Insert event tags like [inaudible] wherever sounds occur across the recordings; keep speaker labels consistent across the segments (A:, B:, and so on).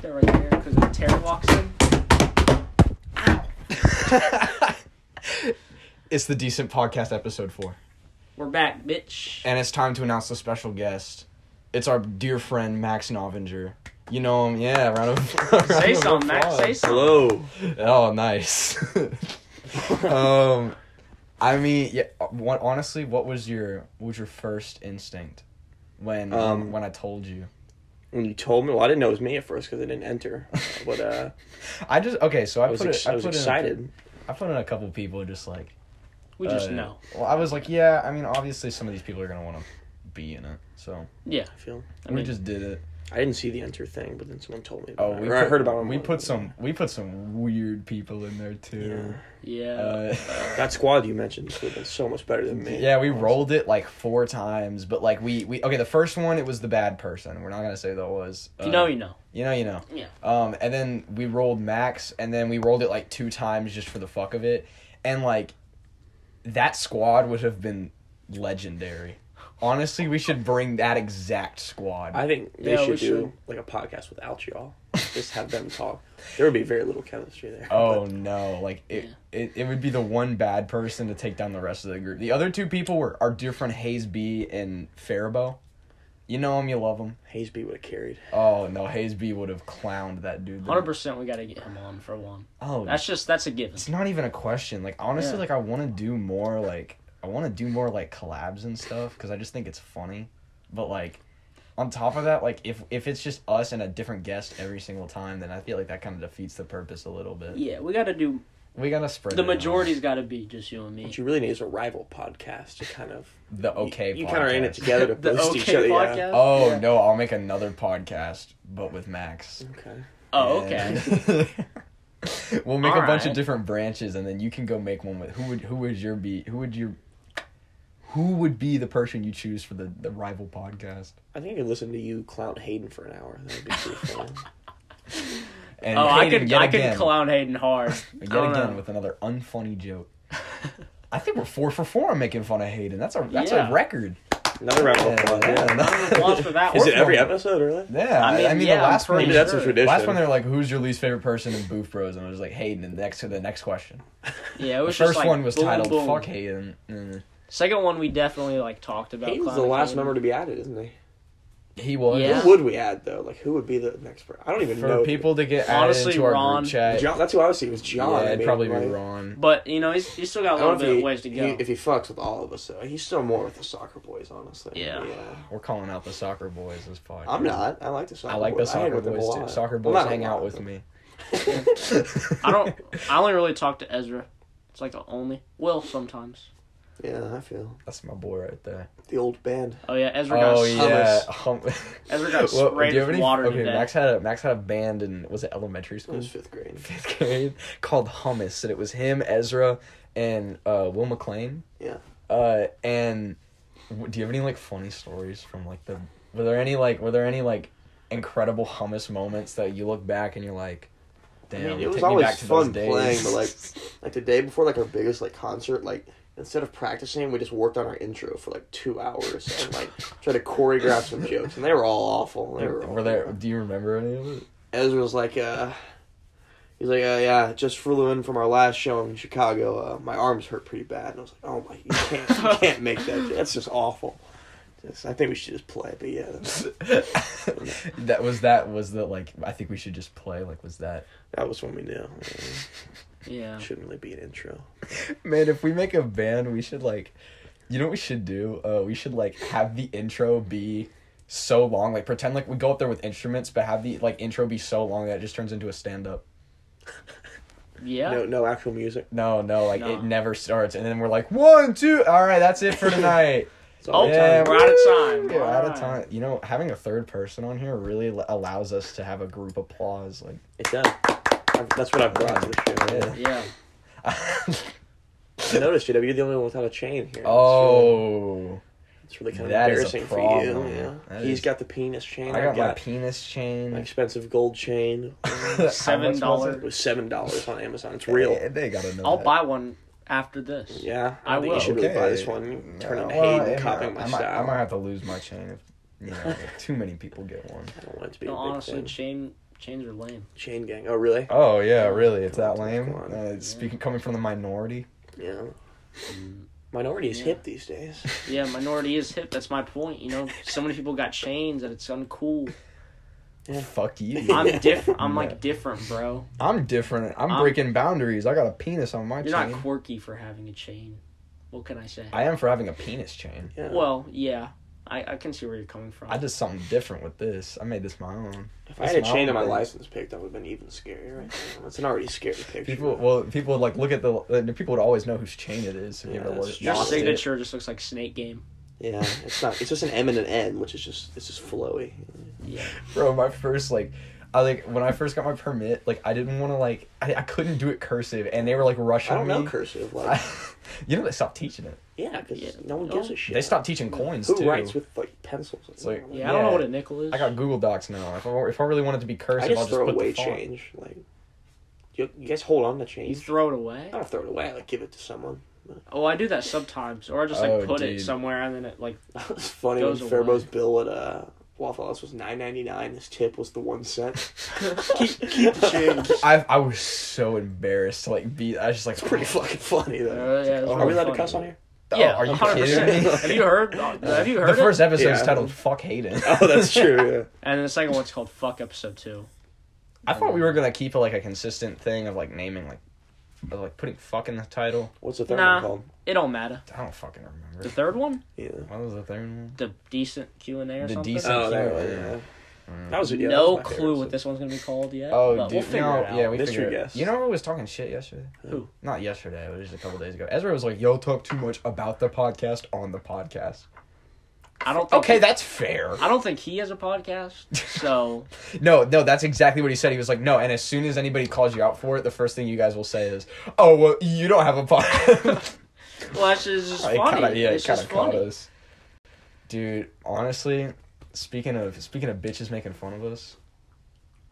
A: They're right there because if Tara walks in,
B: [laughs] it's the Decent Podcast episode four.
A: we're back, bitch.
B: And it's time to announce the special guest. It's our dear friend, Max Novinger. You know him, yeah, round of round
A: Say
B: of
A: something, Max.
B: applause.
A: Say something.
C: Hello.
B: Oh, nice. [laughs] um, I mean, yeah. What, honestly, what was your what was your first instinct when um,
C: Um,
B: when I told you?
C: When you told me, well, I didn't know it was me at first because I didn't enter. Uh, But uh,
B: I just okay. So [laughs] I,
C: I was
B: put
C: ex-
B: it, I,
C: I was
B: put in a-
C: excited.
B: I put in a couple people just like
A: We just
B: uh,
A: know.
B: Well, I was like, yeah. I mean, obviously, some of these people are gonna want to be in it, so
A: Yeah.
C: I feel
A: I
B: we
A: mean,
B: just did it.
C: I didn't see the enter thing, but then someone told me. About
B: Oh,
C: it.
B: we
C: Or I
B: put-
C: heard about it. on
B: We
C: one-
B: put some we put some weird people in there too.
A: yeah.
B: Uh,
C: that squad you mentioned would have been so much better than me.
B: yeah, we rolled it like four times, but like we we okay. The first one it was the bad person. We're not gonna say who that was.
A: if you know,
B: Uh,
A: you know.
B: You know, you know.
A: Yeah.
B: Um, and then we rolled max, and then we rolled it like two times just for the fuck of it, and like, that squad would have been legendary. Honestly, we should bring that exact squad.
C: I think they
A: Yeah, we
C: should do
A: should.
C: like a podcast without y'all. Just have them talk. There would be very little chemistry there.
B: oh
C: but
B: no! Like it,
A: Yeah.
B: it, it would be the one bad person to take down the rest of the group. The other two people were our dear friend Hayes B and Faribault. You know him, you love him.
C: Haysby would have carried.
B: Oh no, Hayes B would have clowned that dude.
A: Hundred percent. We gotta get him on for one.
B: Oh,
A: That's just that's a given.
B: it's not even a question. Like honestly,
A: Yeah.
B: like I want to do more. Like I want to do more like collabs and stuff because I just think it's funny. But like, on top of that, like if if it's just us and a different guest every single time, then I feel like that kind of defeats the purpose a little bit.
A: Yeah, we gotta do.
B: We gotta spread
A: The
B: it out.
A: majority's gotta be just you and me.
C: What you really need is a rival podcast to kind of
B: the okay.
C: You, you kind of are in it
B: podcast.
C: together
A: [laughs]
C: to
A: The
C: boost
A: OK
C: each other.
A: podcast.
C: Yeah.
B: Oh
A: Yeah.
B: no! I'll make another podcast, but with Max.
C: Okay.
A: Oh okay.
B: And- [laughs] we'll make a bunch of
A: Alright.
B: different branches, and then you can go make one with who would who would your be who would your who would be the person you choose for the the rival podcast?
C: I think I could listen to you clown Hayden for an hour. That would be pretty
B: [laughs]
C: fun.
B: And
A: Oh, I
B: Hayden
A: could
B: yet
A: I
B: again,
A: could clown Hayden hard. I
B: yet
A: don't
B: again
A: know.
B: with another
A: [laughs]
B: unfunny joke. I think we're four for four on making fun of Hayden. That's a that's
A: Yeah.
B: a record.
C: Another round of applause.
B: Yeah,
C: Yeah.
B: no-
A: Applause for that
C: Is
A: one.
C: it every episode, really?
B: Yeah, I
A: I
B: mean,
A: mean, yeah,
B: the
A: I'm
B: last one.
A: pretty
C: Maybe that's a
A: sure.
C: tradition.
B: Last one, they're like, "Who's your least favorite person in Booth Bros?" And it was like Hayden. And next to the next question,
A: Yeah, it
B: the
A: was
B: first
A: just like,
B: one was
A: boom,
B: titled
A: boom.
B: "Fuck Hayden." Mm.
A: Second one we definitely like talked about.
C: Hayden's the
A: clowning
C: last
A: Hayden.
C: member to be added, isn't he?
B: He was.
A: Yeah.
C: Who would we add though? Like, who would be the next person? I don't even
B: for
C: know.
B: people to get
A: Honestly,
B: added into our
A: Ron-
B: group chat.
C: John, that's who I was seeing. Was John?
B: yeah,
C: I
B: it'd
C: mean,
B: probably
C: like,
B: be Ron.
A: But you know he's he's still got
C: I
A: a
C: don't
A: little
C: know
A: bit
C: if
A: of
C: he,
A: ways to go.
C: he- if he fucks with all of us, though, he's still more with the soccer boys, honestly.
A: Yeah.
B: We're calling out the soccer boys this podcast.
C: I'm not. I like the soccer.
B: I like the
C: boys. hang
B: soccer
C: with them a
B: boys too.
C: lot.
B: Soccer
C: Well,
B: boys
C: not a
B: hang out
C: lot,
B: with
C: but-
B: me.
A: I don't. I only really talk to Ezra. It's like the only. Will sometimes.
C: [laughs] Yeah, I feel
B: That's my boy right there.
C: the old band.
A: Oh yeah, Ezra got.
B: Oh
A: s-
B: [laughs] yeah.
A: Ezra got
B: Well, do you
A: sprayed
B: have
A: with
B: any-
A: water
B: Okay,
A: today.
B: Max had a Max had a band in was it elementary
C: It
B: school?
C: was fifth grade.
B: Fifth grade called Hummus, and it was him, Ezra, and uh, Will McLean.
C: Yeah.
B: Uh, and w- do you have any like funny stories from like the? Were there any like? Were there any like incredible hummus moments that you look back and you're like, damn,
A: mean, it
B: take
C: it was
B: me
C: always
B: back to those
C: fun
B: days.
C: playing,
B: [laughs]
C: but like, like the day before like our biggest like concert, like instead of practicing, we just worked on our intro for like two hours and like
B: [laughs]
C: tried to choreograph some jokes, and they were all awful. They were, all
B: were there? Do you remember any of
C: [laughs]
B: it?
C: Ezra was like, uh, he's like, uh, yeah, just flew in from our last show in Chicago. Uh, my arms hurt pretty bad, and I was like, oh my, you can't,
B: [laughs]
C: you can't make that. That's just awful. Just, I think we should just play, but yeah, that was,
B: that was that was the like. I think we should just play. Like, was that?
C: that was when
B: [laughs]
C: we knew.
A: Yeah.
C: It shouldn't really be an intro.
B: Man, if we make a band, we should like. You know what we should do? Uh, we should like have the intro be so long, like pretend like we go up there with instruments, but have the like intro be so long that it just turns into a stand up.
A: Yeah.
C: No, no actual music.
B: No, no, like
A: No.
B: it never starts, and then we're like one, two. All right,
A: [laughs]
B: that's it for tonight.
C: It's
B: Oh,
C: all the
A: Yeah.
C: time.
A: we're out of time.
B: woo, We're out of
A: Alright.
B: time. You know, having a third person on here really l- allows us to have a group applause. Like, [laughs]
C: It does. I've, that's what I've brought to the show.
B: Yeah.
A: Yeah.
C: I noticed, JW, you're the only one without a chain here. It's really-
B: oh,
C: it's really kind of
B: that is a
C: embarrassing for you.
B: problem.
C: Yeah.
B: That
C: He's
B: is-
C: got the penis chain.
B: I got,
C: I've
B: my
C: got
B: penis
C: an
B: [laughs] chain.
C: expensive gold chain.
A: Seven
C: It
A: dollar.
C: was seven dollars on Amazon. It's real.
B: They, they gotta know.
A: I'll
B: that.
A: buy one after this.
C: Yeah,
A: I
C: think
A: will.
C: You should really buy this
B: Okay.
C: one. Turn
B: Uh,
C: on
B: well,
C: Hayden,
B: I-
C: copying my
B: I might, I
C: style.
B: might have to lose my chain if you know if too many people get one.
C: I don't want it to be
A: No,
C: a big
A: honestly,
C: thing.
A: chain Chains are lame.
C: Chain gang. Oh, really?
B: [laughs] Oh yeah, really? It's that
C: Come
B: lame.
C: on.
B: Uh, speaking coming from the minority.
C: Yeah. Minority is
A: Mm. Yeah.
C: hip
A: [laughs]
C: these days.
A: Yeah, minority is hip. That's my point. You know, [laughs] so many people got chains that it's uncool.
C: Yeah.
B: Fuck you.
A: [laughs]
C: Yeah. [laughs]
A: I'm different. I'm
B: Yeah.
A: like different, bro.
B: I'm different. I'm,
A: I'm-
B: breaking boundaries. I got a penis on my
A: You're
B: chain.
A: not quirky for having a chain. What can I say?
B: I am for having a penis chain.
C: Yeah.
A: well, yeah, I, I can see where you're coming from.
B: I did something different with this. I made this my own.
C: if I had a
B: that's
C: chain on my
B: my-
C: license pick, that would have been even scarier. Right? now. That's an already scary picture.
B: People, well, people would like look at the. uh, People would always know whose chain it is. If you
C: Yeah,
B: ever
C: that's
B: looked-
A: Your
C: Lost it.
A: signature just looks like Snake Game.
C: Yeah, it's not. It's just an M and an N, which is just it's just flowy.
A: Yeah,
B: bro my first like i like when i first got my permit like i didn't want to like I, I couldn't do it cursive and they were like rushing
C: I don't
B: me
C: know cursive. Like,
B: I, [laughs] you know they stopped teaching it
C: yeah, because
A: Yeah.
C: no one gives a shit.
B: they stopped teaching coins
C: Who
B: too
C: writes with like pencils?
B: It's like-
A: yeah. I don't know
B: Yeah.
A: what a nickel is.
B: i got google docs now if i, if I really wanted to be
C: I
B: cursive
C: just
B: i'll just
C: throw
B: put
C: away
B: the font.
C: change. Like, you, you guys hold on to
A: you
C: change.
A: throw it away.
C: I don't throw it away. I like give it to someone.
A: Oh, I do that sometimes, or I just like
B: Oh,
A: put it
B: dude.
A: somewhere and then it like
C: It's funny when
A: Goes away.
C: Faribault's bill at uh, Waffle House was nine ninety nine. His tip was the one cent.
A: keep, keep the change.
B: I, I was so embarrassed to like be i was just like
C: It's pretty fucking funny though.
A: Uh, yeah, it's
C: Are
A: really
C: we allowed to
A: funny.
C: cuss on here?
B: oh,
A: Yeah,
B: are you
A: 100%.
B: kidding me
A: [laughs] have you heard? uh,
C: [laughs]
A: Have you heard?
B: [laughs] the first
A: it?
B: episode is
C: Yeah.
B: titled fuck hayden
C: [laughs] Oh, that's true. Yeah.
A: and then the second one's called "Fuck Episode 2.
B: i thought we were gonna keep it like a consistent thing of like naming like of, like putting fuck in the title
C: What's the third
A: Nah.
C: one called?
A: It don't matter.
B: i don't fucking
A: The
B: remember
A: third one,
C: Yeah.
B: what was the third one
A: the decent Q and A or
B: The
A: something.
B: decent-
C: Oh, there.
B: Yeah.
C: we go, Yeah. That was yeah, that
A: no
C: was my favorite
A: clue what
C: episode.
A: this one's gonna be called yet.
B: Oh,
A: but
B: dude,
A: we'll figure
B: no,
A: it out.
B: yeah, we
C: Mystery
B: figured.
C: guest.
B: You know who was talking shit yesterday?
A: Who?
B: Not yesterday, but just a couple days ago. Ezra was like, "Y'all talk too much about the podcast on the podcast."
A: I don't. Think
B: Okay, that's fair.
A: I don't think he has a podcast,
B: [laughs]
A: so
B: No, no, that's exactly what he said. He was like, "No," and as soon as anybody calls you out for it, the first thing you guys will say is, "Oh, well, you don't have a [laughs] podcast."
A: well, that's just, it's just
B: It
A: funny.
B: kinda- yeah, it
A: it's just
B: kinda caught
A: funny.
B: us. Dude, honestly, speaking of speaking of bitches making fun of us,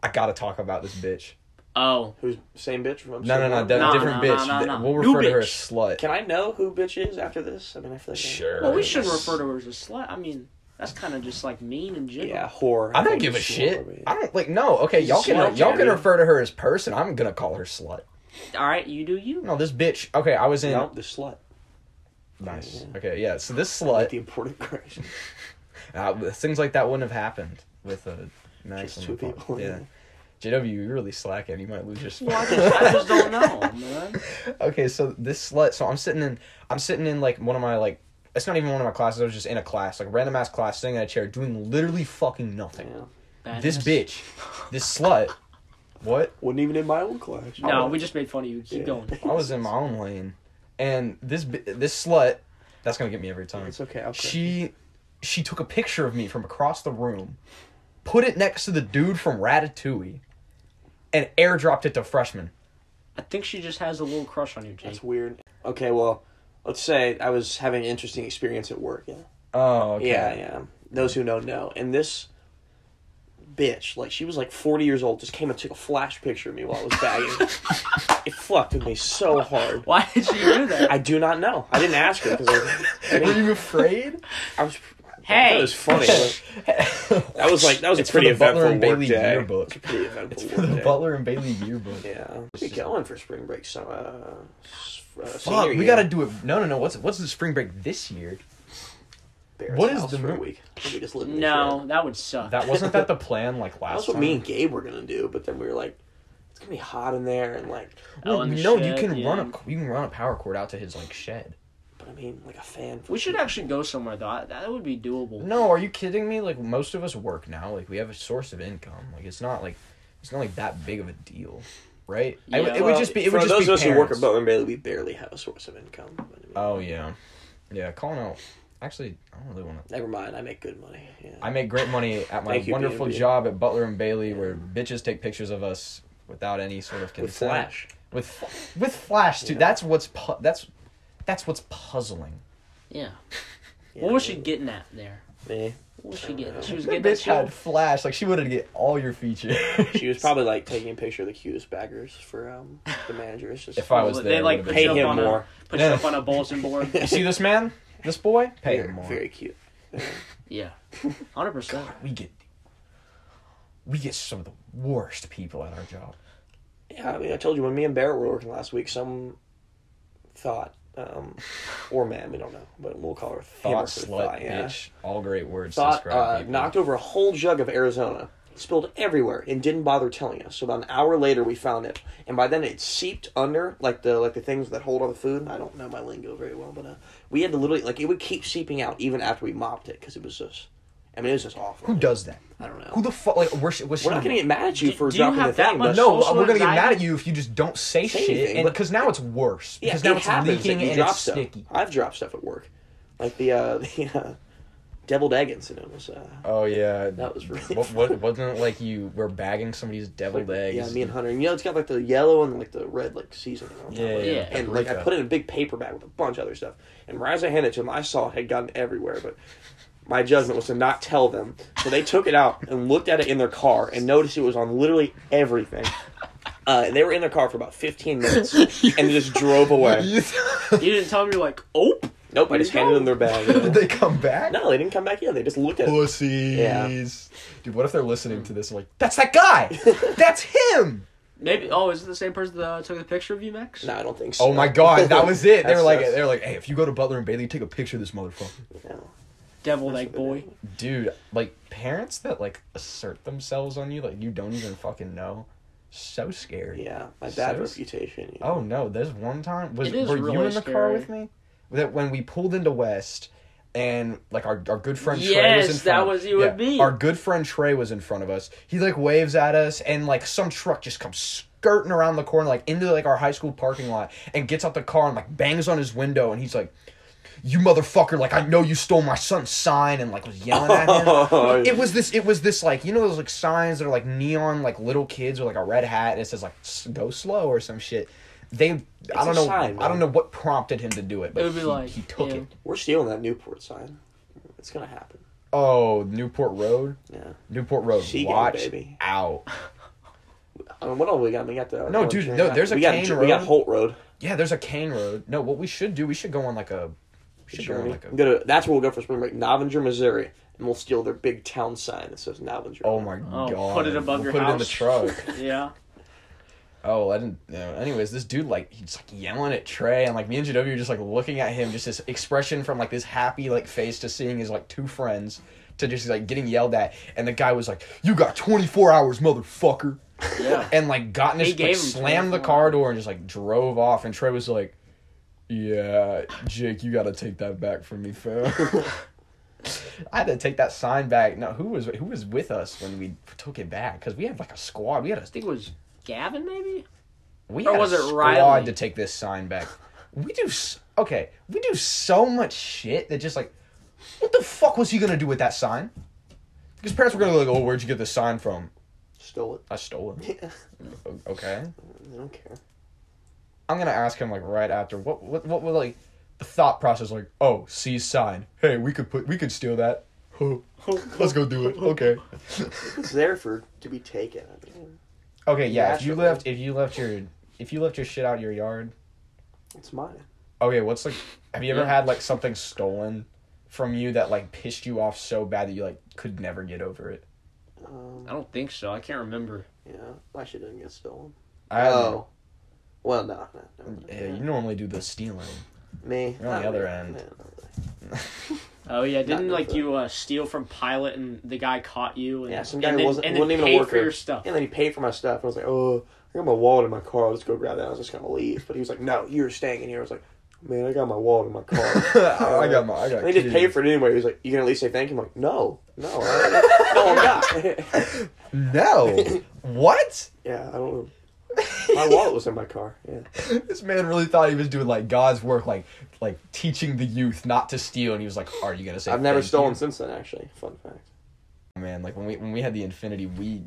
B: I gotta talk about this bitch.
A: Oh,
C: Who's same bitch from?
B: No, no, no,
C: episode
B: that-
A: No,
C: one?
B: different
A: no, no,
B: bitch.
A: no, no.
B: We'll
A: New
B: refer to her as
A: bitch.
B: slut.
C: Can I know who bitch is after this? I mean, I feel like I-
B: Sure.
A: well, we
B: Yes.
A: should refer to her as a slut. I mean, that's kind of just like mean and general.
C: Yeah, whore.
B: I don't
C: think
B: give a
C: it's
B: shit.
C: whore,
B: I don't like no. Okay, y'all can
C: slut,
B: y'all can
C: dude.
B: refer to her as person. I'm gonna call her slut.
A: All right, you do you.
B: No, this bitch. Okay, I was
C: but-
B: in.
C: Nope, the slut.
B: Nice. Okay, yeah. So this
C: Like the
B: slut, [laughs]
C: important correction.
B: uh, things like that wouldn't have happened with a Max. and
C: Just two
B: Paul.
C: people,
B: Yeah.
C: yeah.
B: JW, you're really slacking. You might lose your
A: Well, I
B: spot.
A: just, I just don't [laughs] know, man.
B: [laughs] okay, so this slut. So I'm sitting in. I'm sitting in like one of my like. It's not even one of my classes. I was just in a class, like random ass class, sitting in a chair, doing literally fucking nothing.
C: Yeah.
B: This
A: Badness.
B: bitch, this slut. What?
C: Wasn't even in my own class.
A: No, we just made fun of you. Keep
C: Yeah.
A: going.
B: I was in my own lane, and this bi- this slut, that's gonna get me every time.
C: [laughs] It's okay. I'll correct
B: She she took a picture of me from across the room, put it next to the dude from Ratatouille, and airdropped it to freshman.
A: I think she just has a little crush on you, Jake.
C: That's weird. Okay, well, let's say I was having an interesting experience at work. Yeah,
B: Oh okay.
C: yeah, yeah. Those who know know. And this bitch, like, she was like 40 years old, just came and took a flash picture of me while I was
A: [laughs]
C: bagging. it fucked with me so hard.
A: Why did she do
B: [laughs]
A: that?
C: I do not know. I didn't ask her because I, I,
B: Were
C: mean,
B: you afraid?
C: [laughs] I was. I thought
A: Hey.
C: it was funny. but That was like that was
B: It's
C: a
B: for
C: pretty
B: the Butler
C: eventful
B: and
C: work
B: Bailey
C: day.
B: yearbook.
C: It's a pretty eventful
B: it's
C: work
B: for the
C: day.
B: Butler and Bailey yearbook.
C: Yeah, we could go in for spring break. Some uh, s- uh,
B: Fuck,
C: senior
B: we
C: year.
B: gotta do it. No, no, no. What's what's the spring break this year?
C: Bear's
B: What is
C: house
B: the
C: for a
B: mo-
C: week? We just live in this room.
A: No, that would suck.
B: That wasn't that the plan like last
C: That's what
B: time?
C: me and Gabe were gonna do, but then we were like, it's gonna be hot in there, and like,
A: Oh,
B: Well,
A: and the
B: no, you
A: shed,
B: can
A: yeah.
B: run a you can run a power cord out to his like shed.
C: but I mean, like a fan.
A: We should actually go somewhere though. I- That would be doable.
B: No, are you kidding me? Like most of us work now. Like we have a source of income. Like it's not like it's not like that big of a deal, right? I would-
A: Yeah.
B: it would just be it would
C: for
B: just
C: those
B: be
C: of us who work
B: parents.
C: at Butler and Bailey, we barely have a source of income. But I mean,
B: Oh yeah, yeah. Calling out. Actually, I don't really want to.
C: never mind, I make good money. Yeah.
B: I make great money at my
C: Thank you,
B: wonderful
C: B&B.
B: job at Butler and Bailey, where bitches take pictures of us without any sort of consent.
C: with Flash.
B: With f- with flash too.
C: Yeah.
B: That's what's pu- that's that's what's puzzling.
A: Yeah.
C: Yeah,
A: What was she getting at there?
B: [laughs]
C: Me.
A: What was she getting? She was
B: The
A: getting at
B: bitch had
A: you?
B: flash. Like she wanted to get all your features.
C: She was probably like taking a picture of the cutest baggers for um the managers. Just
B: If I was
A: They,
B: there, it
A: like
B: would've
A: put
B: been-
C: pay
A: you up
C: him
A: on a-
C: more.
A: Put
B: Yeah.
A: you up on a bulletin board.
B: [laughs] You see this man? This boy? Pay
C: Very,
B: him more.
C: very cute.
A: yeah, hundred percent.
B: We get we get some of the worst people at our job.
C: Yeah, I mean, I told you when me and Barrett were working last week, some thought um, or man, we don't know, but we'll call her him
B: Thought,
C: or her
B: slut,
C: thought, yeah.
B: bitch. All great words to
C: Thought
B: describe
C: uh,
B: people.
C: knocked over a whole jug of Arizona, spilled everywhere, and didn't bother telling us. So about an hour later, we found it, and by then it seeped under like the like the things that hold all the food. I don't know my lingo very well, but uh, we had to literally like it would keep seeping out even after we mopped it because it was just, I mean, it was just awful.
B: Who does that?
C: I don't know.
B: Who the fuck? Like, we're, we're,
C: We're not gonna get mad at you
A: Do-
C: for
A: do you
C: dropping
A: have
C: the
A: that
C: thing.
A: much
C: but-
B: No,
A: social
B: we're gonna get mad
A: anxiety?
B: at you if you just don't say,
C: Say
B: shit,
C: anything,
B: and
C: but-
B: because now it's worse.
C: Yeah,
B: Because now
C: it
B: it's
C: happens that
B: leaking
C: you
B: and
C: drop
B: it's
C: stuff.
B: sticky.
C: I've dropped stuff at work, like the uh, [laughs] the uh, deviled egg incident was. Uh,
B: Oh yeah,
C: That was really
B: What, what, wasn't it like you were bagging somebody's deviled eggs?
C: Yeah,
B: [laughs]
C: me and Hunter. And, you know, it's got like the yellow and like the red like seasoning. on top
B: Yeah,
C: of it.
A: Yeah.
C: And like I
B: paprika.
C: put it in a big paper bag with a bunch of other stuff. And right as I handed it to him, I saw it had gotten everywhere. But my judgment was to not tell them. So they took it out and looked at it in their car and noticed it was on literally
B: [laughs]
C: everything. Uh, and they were in their car for about 15 minutes and they just drove away.
A: You didn't tell me you're like, oh,
C: Nope, I just handed them their
B: [laughs] Did [laughs]
C: bag.
B: they come back?
C: No, they didn't come back. Yeah, they just looked at it.
B: Pussies.
C: Yeah.
B: Dude, what if they're listening to this and like, that's that guy! that's him!
A: maybe. Oh, is it the same person that took the picture of you, Max?
C: No, I don't think so.
B: Oh my god, that was it. They were
C: [laughs] That's
B: like
C: us.
B: they were like, hey, if you go to Butler and Bailey, take a picture of this motherfucker.
C: No.
A: Devil egg boy.
B: Dude, like parents that like assert themselves on you, like you don't even fucking know. So scary.
C: Yeah, my bad
B: Serious?
C: reputation. yeah.
B: Oh no, there's one time was
A: It is
B: were you
A: really
B: in the car
A: scary.
B: with me? That when we pulled into West and like our, our good friend Trey was
A: Yes,
B: in front
A: that
B: of-
A: was you and me.
B: Our good friend Trey was in front of us. He like waves at us and like some truck just comes skirting around the corner like into like our high school parking lot and gets out the car and like bangs on his window and he's like you motherfucker like I know you stole my son's sign and like was yelling at him.
C: [laughs] Oh,
B: It was this. It was this like you know those like signs that are like neon like little kids with like a red hat and it says like s- go slow or some shit. They I don't
C: a
B: know
C: sign,
B: I don't
C: man.
B: know what prompted him to do it, but
A: It would be
B: he,
A: like,
B: he took
A: yeah.
B: it.
C: We're stealing that Newport sign. It's gonna happen.
B: Oh, Newport Road,
C: Yeah.
B: Newport Road,
C: She got it,
B: watch
C: baby.
B: out.
C: I mean, what all we got? We got the
B: No, dude, no, there's a
C: we got,
B: cane
C: We got
B: road.
C: Holt Road.
B: Yeah, there's a cane road. No, what we should do? We should go on like a. We should go on
C: Journey.
B: like a.
C: Go to- that's where we'll go for spring break. Novinger, Missouri, and we'll steal their big town sign that says Novinger.
B: Oh my
A: Oh,
B: god!
A: put it above
B: We'll
A: your
B: Put it in the
A: house. [laughs]
B: truck.
A: Yeah.
B: [laughs] Oh, well, I didn't. You know, anyways, this dude like he's like yelling at Trey, and like me and Jadovi were just like looking at him, just this expression from like this happy like face to seeing his like two friends to just like getting yelled at, and the guy was like, "You got twenty four hours, motherfucker,"
A: Yeah.
B: and like got in
A: He
B: his
A: gave
B: like,
A: him
B: slammed the
A: 24
B: car door and just like drove off, and Trey was like, "Yeah, Jake, you got to take that back from me, fam." [laughs] I had to take that sign back. No, who was who was with us when we took it back? Because we had like a squad. We had a
A: I think it was Gavin, maybe?
B: we
A: Or
B: had
A: was
B: a
A: it
B: squad
A: Riley?
B: to take this sign back. We do s- okay. We do so much shit that just like, what the fuck was he gonna do with that sign? Because parents were gonna be like, "Oh, where'd you get this sign from?"
C: Stole it. [laughs]
B: I stole it.
C: Yeah,
B: O- okay.
C: I don't care.
B: I'm gonna ask him like right after what what what was like the thought process like oh see sign hey we could put we could steal that [laughs] let's go do it okay [laughs]
C: It's there for to be taken. I mean,
B: okay yeah if you
C: Naturally.
B: left if you left your if you left your shit out your yard
C: it's mine.
B: Okay, what's like? Have you ever
A: Yeah.
B: had like something stolen from you that like pissed you off so bad that you like could never get over it?
C: Um,
A: I don't think so. I can't remember.
C: yeah, my shit didn't get stolen.
B: I had-
C: oh, well, no, no, no, no.
B: Yeah, you normally do the stealing.
C: me.
B: Mm. You're on
C: Not
B: the other
C: really.
B: end.
C: Yeah, not really.
A: Oh yeah, didn't
C: good
A: like
C: for
A: you uh, steal from Pilot and the guy caught you? And,
C: Yeah, some guy
A: and then,
C: wasn't,
A: and then
C: wasn't even
A: paid
C: a worker.
A: for your stuff.
C: And then he paid for my stuff. And I was like, oh, I got my wallet in my car. Let's go grab that. I was just going to leave. But he was like, no, you're staying in here. I was like, man, I got my wallet in
A: [laughs]
C: my car.
B: I got my. I got.
C: And he just
B: keys.
C: paid for it anyway. He was like, you going to at least say thank you? I'm like, no, no, I- no, I'm not.
B: No. [laughs] what?
C: [laughs] yeah, I don't know. My wallet was in my car. Yeah.
B: This man really thought he was doing like God's work, like like teaching the youth not to steal, and he was like, "Are you gonna say?"
C: I've never
B: thank
C: stolen
B: you?"
C: since then, actually. Fun fact.
B: Man, like when we when we had the Infinity, we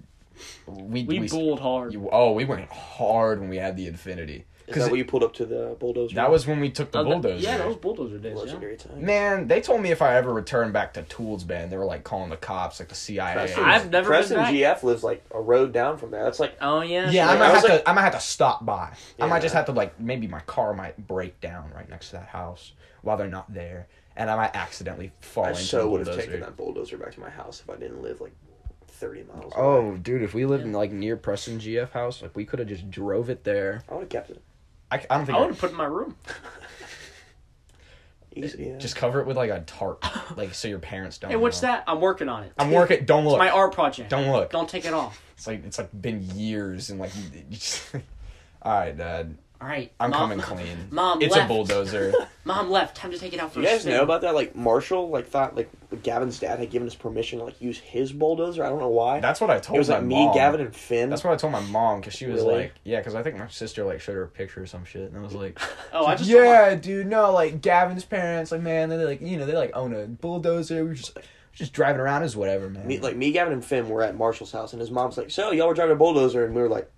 B: we
A: We, bulled hard.
B: you- oh, we went hard when we had the Infinity
C: Is that
B: because
C: what you pulled up to the bulldozer?
B: that was when we took the
A: Oh, that-
B: bulldozer.
A: Yeah, that was bulldozer days. Yeah.
C: legendary time.
B: Man, they told me if I ever returned back to Tools Band, they were like calling the cops, like the CIA.
C: Preston-
A: I've never been
C: Preston
A: back.
C: GF lives like a road down from there. That's like
A: Oh yeah.
B: yeah, I
A: sure.
B: might
C: I was
B: have
C: like-
B: to. I might have to stop by. I might
C: Yeah.
B: just have to like maybe my car might break down right next to that house while they're not there, and I might accidentally fall
C: I
B: into
C: so
B: the
C: would have
B: bulldozer.
C: taken that bulldozer back to my house if I didn't live like thirty miles. away.
D: Oh, dude, if we lived in like near Preston GF house, like we could have just drove it there.
C: I would have kept it
B: I, I don't think
A: I
B: I
A: would have put it in my room.
C: easy. Yeah.
B: just cover it with like a tarp, like so your parents don't.
A: Hey, what's
B: know.
A: that? I'm working on it.
B: I'm working. Don't
A: It's
B: look.
A: my art project.
B: Don't look.
A: Don't take it off.
B: It's like it's like been years and like. [laughs] you- you just- All right, Dad.
A: All right.
B: I'm
A: Mom-
B: coming clean.
A: Mom
B: it's
A: left.
B: a bulldozer.
A: [laughs] Mom left. Time to take it out for
C: you
A: a
C: guys
A: spin.
C: know about that? Like Marshall, like thought like Gavin's dad had given us permission to like use his bulldozer. I don't know why.
B: That's what I
C: it
B: told.
C: was
B: my
C: like me,
B: mom.
C: Gavin, and Finn.
B: That's what I told my mom because she was
C: Really?
B: like, "Yeah," because I think my sister like showed her a picture or some shit, and I was like,
A: [laughs] Oh, I just
B: "Yeah, dude, no, like Gavin's parents, like man, they like you know they like own a bulldozer. We were just like just driving around as whatever, man.
C: me, like me, Gavin, and Finn were at Marshall's house, and his mom's like, "So y'all were driving a bulldozer?" And we were like,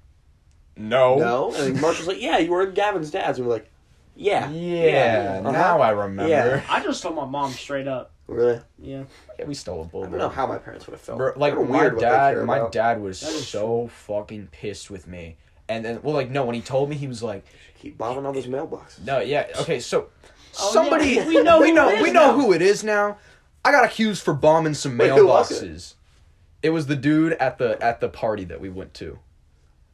B: no,
C: "No." And Marshall's like, "Yeah, you were at Gavin's dad's." And we are like, "Yeah,
B: yeah.
C: Uh-huh.
B: Now I remember.
C: Yeah.
A: I just told my mom straight up.
C: really."
A: Yeah.
B: Yeah, [laughs] we stole a
C: I don't know
B: bulldozer.
C: how my parents would have felt.
B: Bro, like
C: Kinda
B: my
C: weird what they
B: dad,
C: care
B: my
C: about.
B: dad was
A: That is
B: so fucking pissed with me. And then, well, like no, when he told me, he was like,
C: keep bombing all
B: [laughs]
C: those mailboxes.
B: No, yeah, okay, so
A: Oh, [laughs]
B: somebody
A: yeah, we know
B: we
A: who
B: know
A: it is
B: we know
A: now.
B: who it is now. I got accused for bombing some
C: Wait, who was it?
B: mailboxes. It was the dude at the at the party that we went to.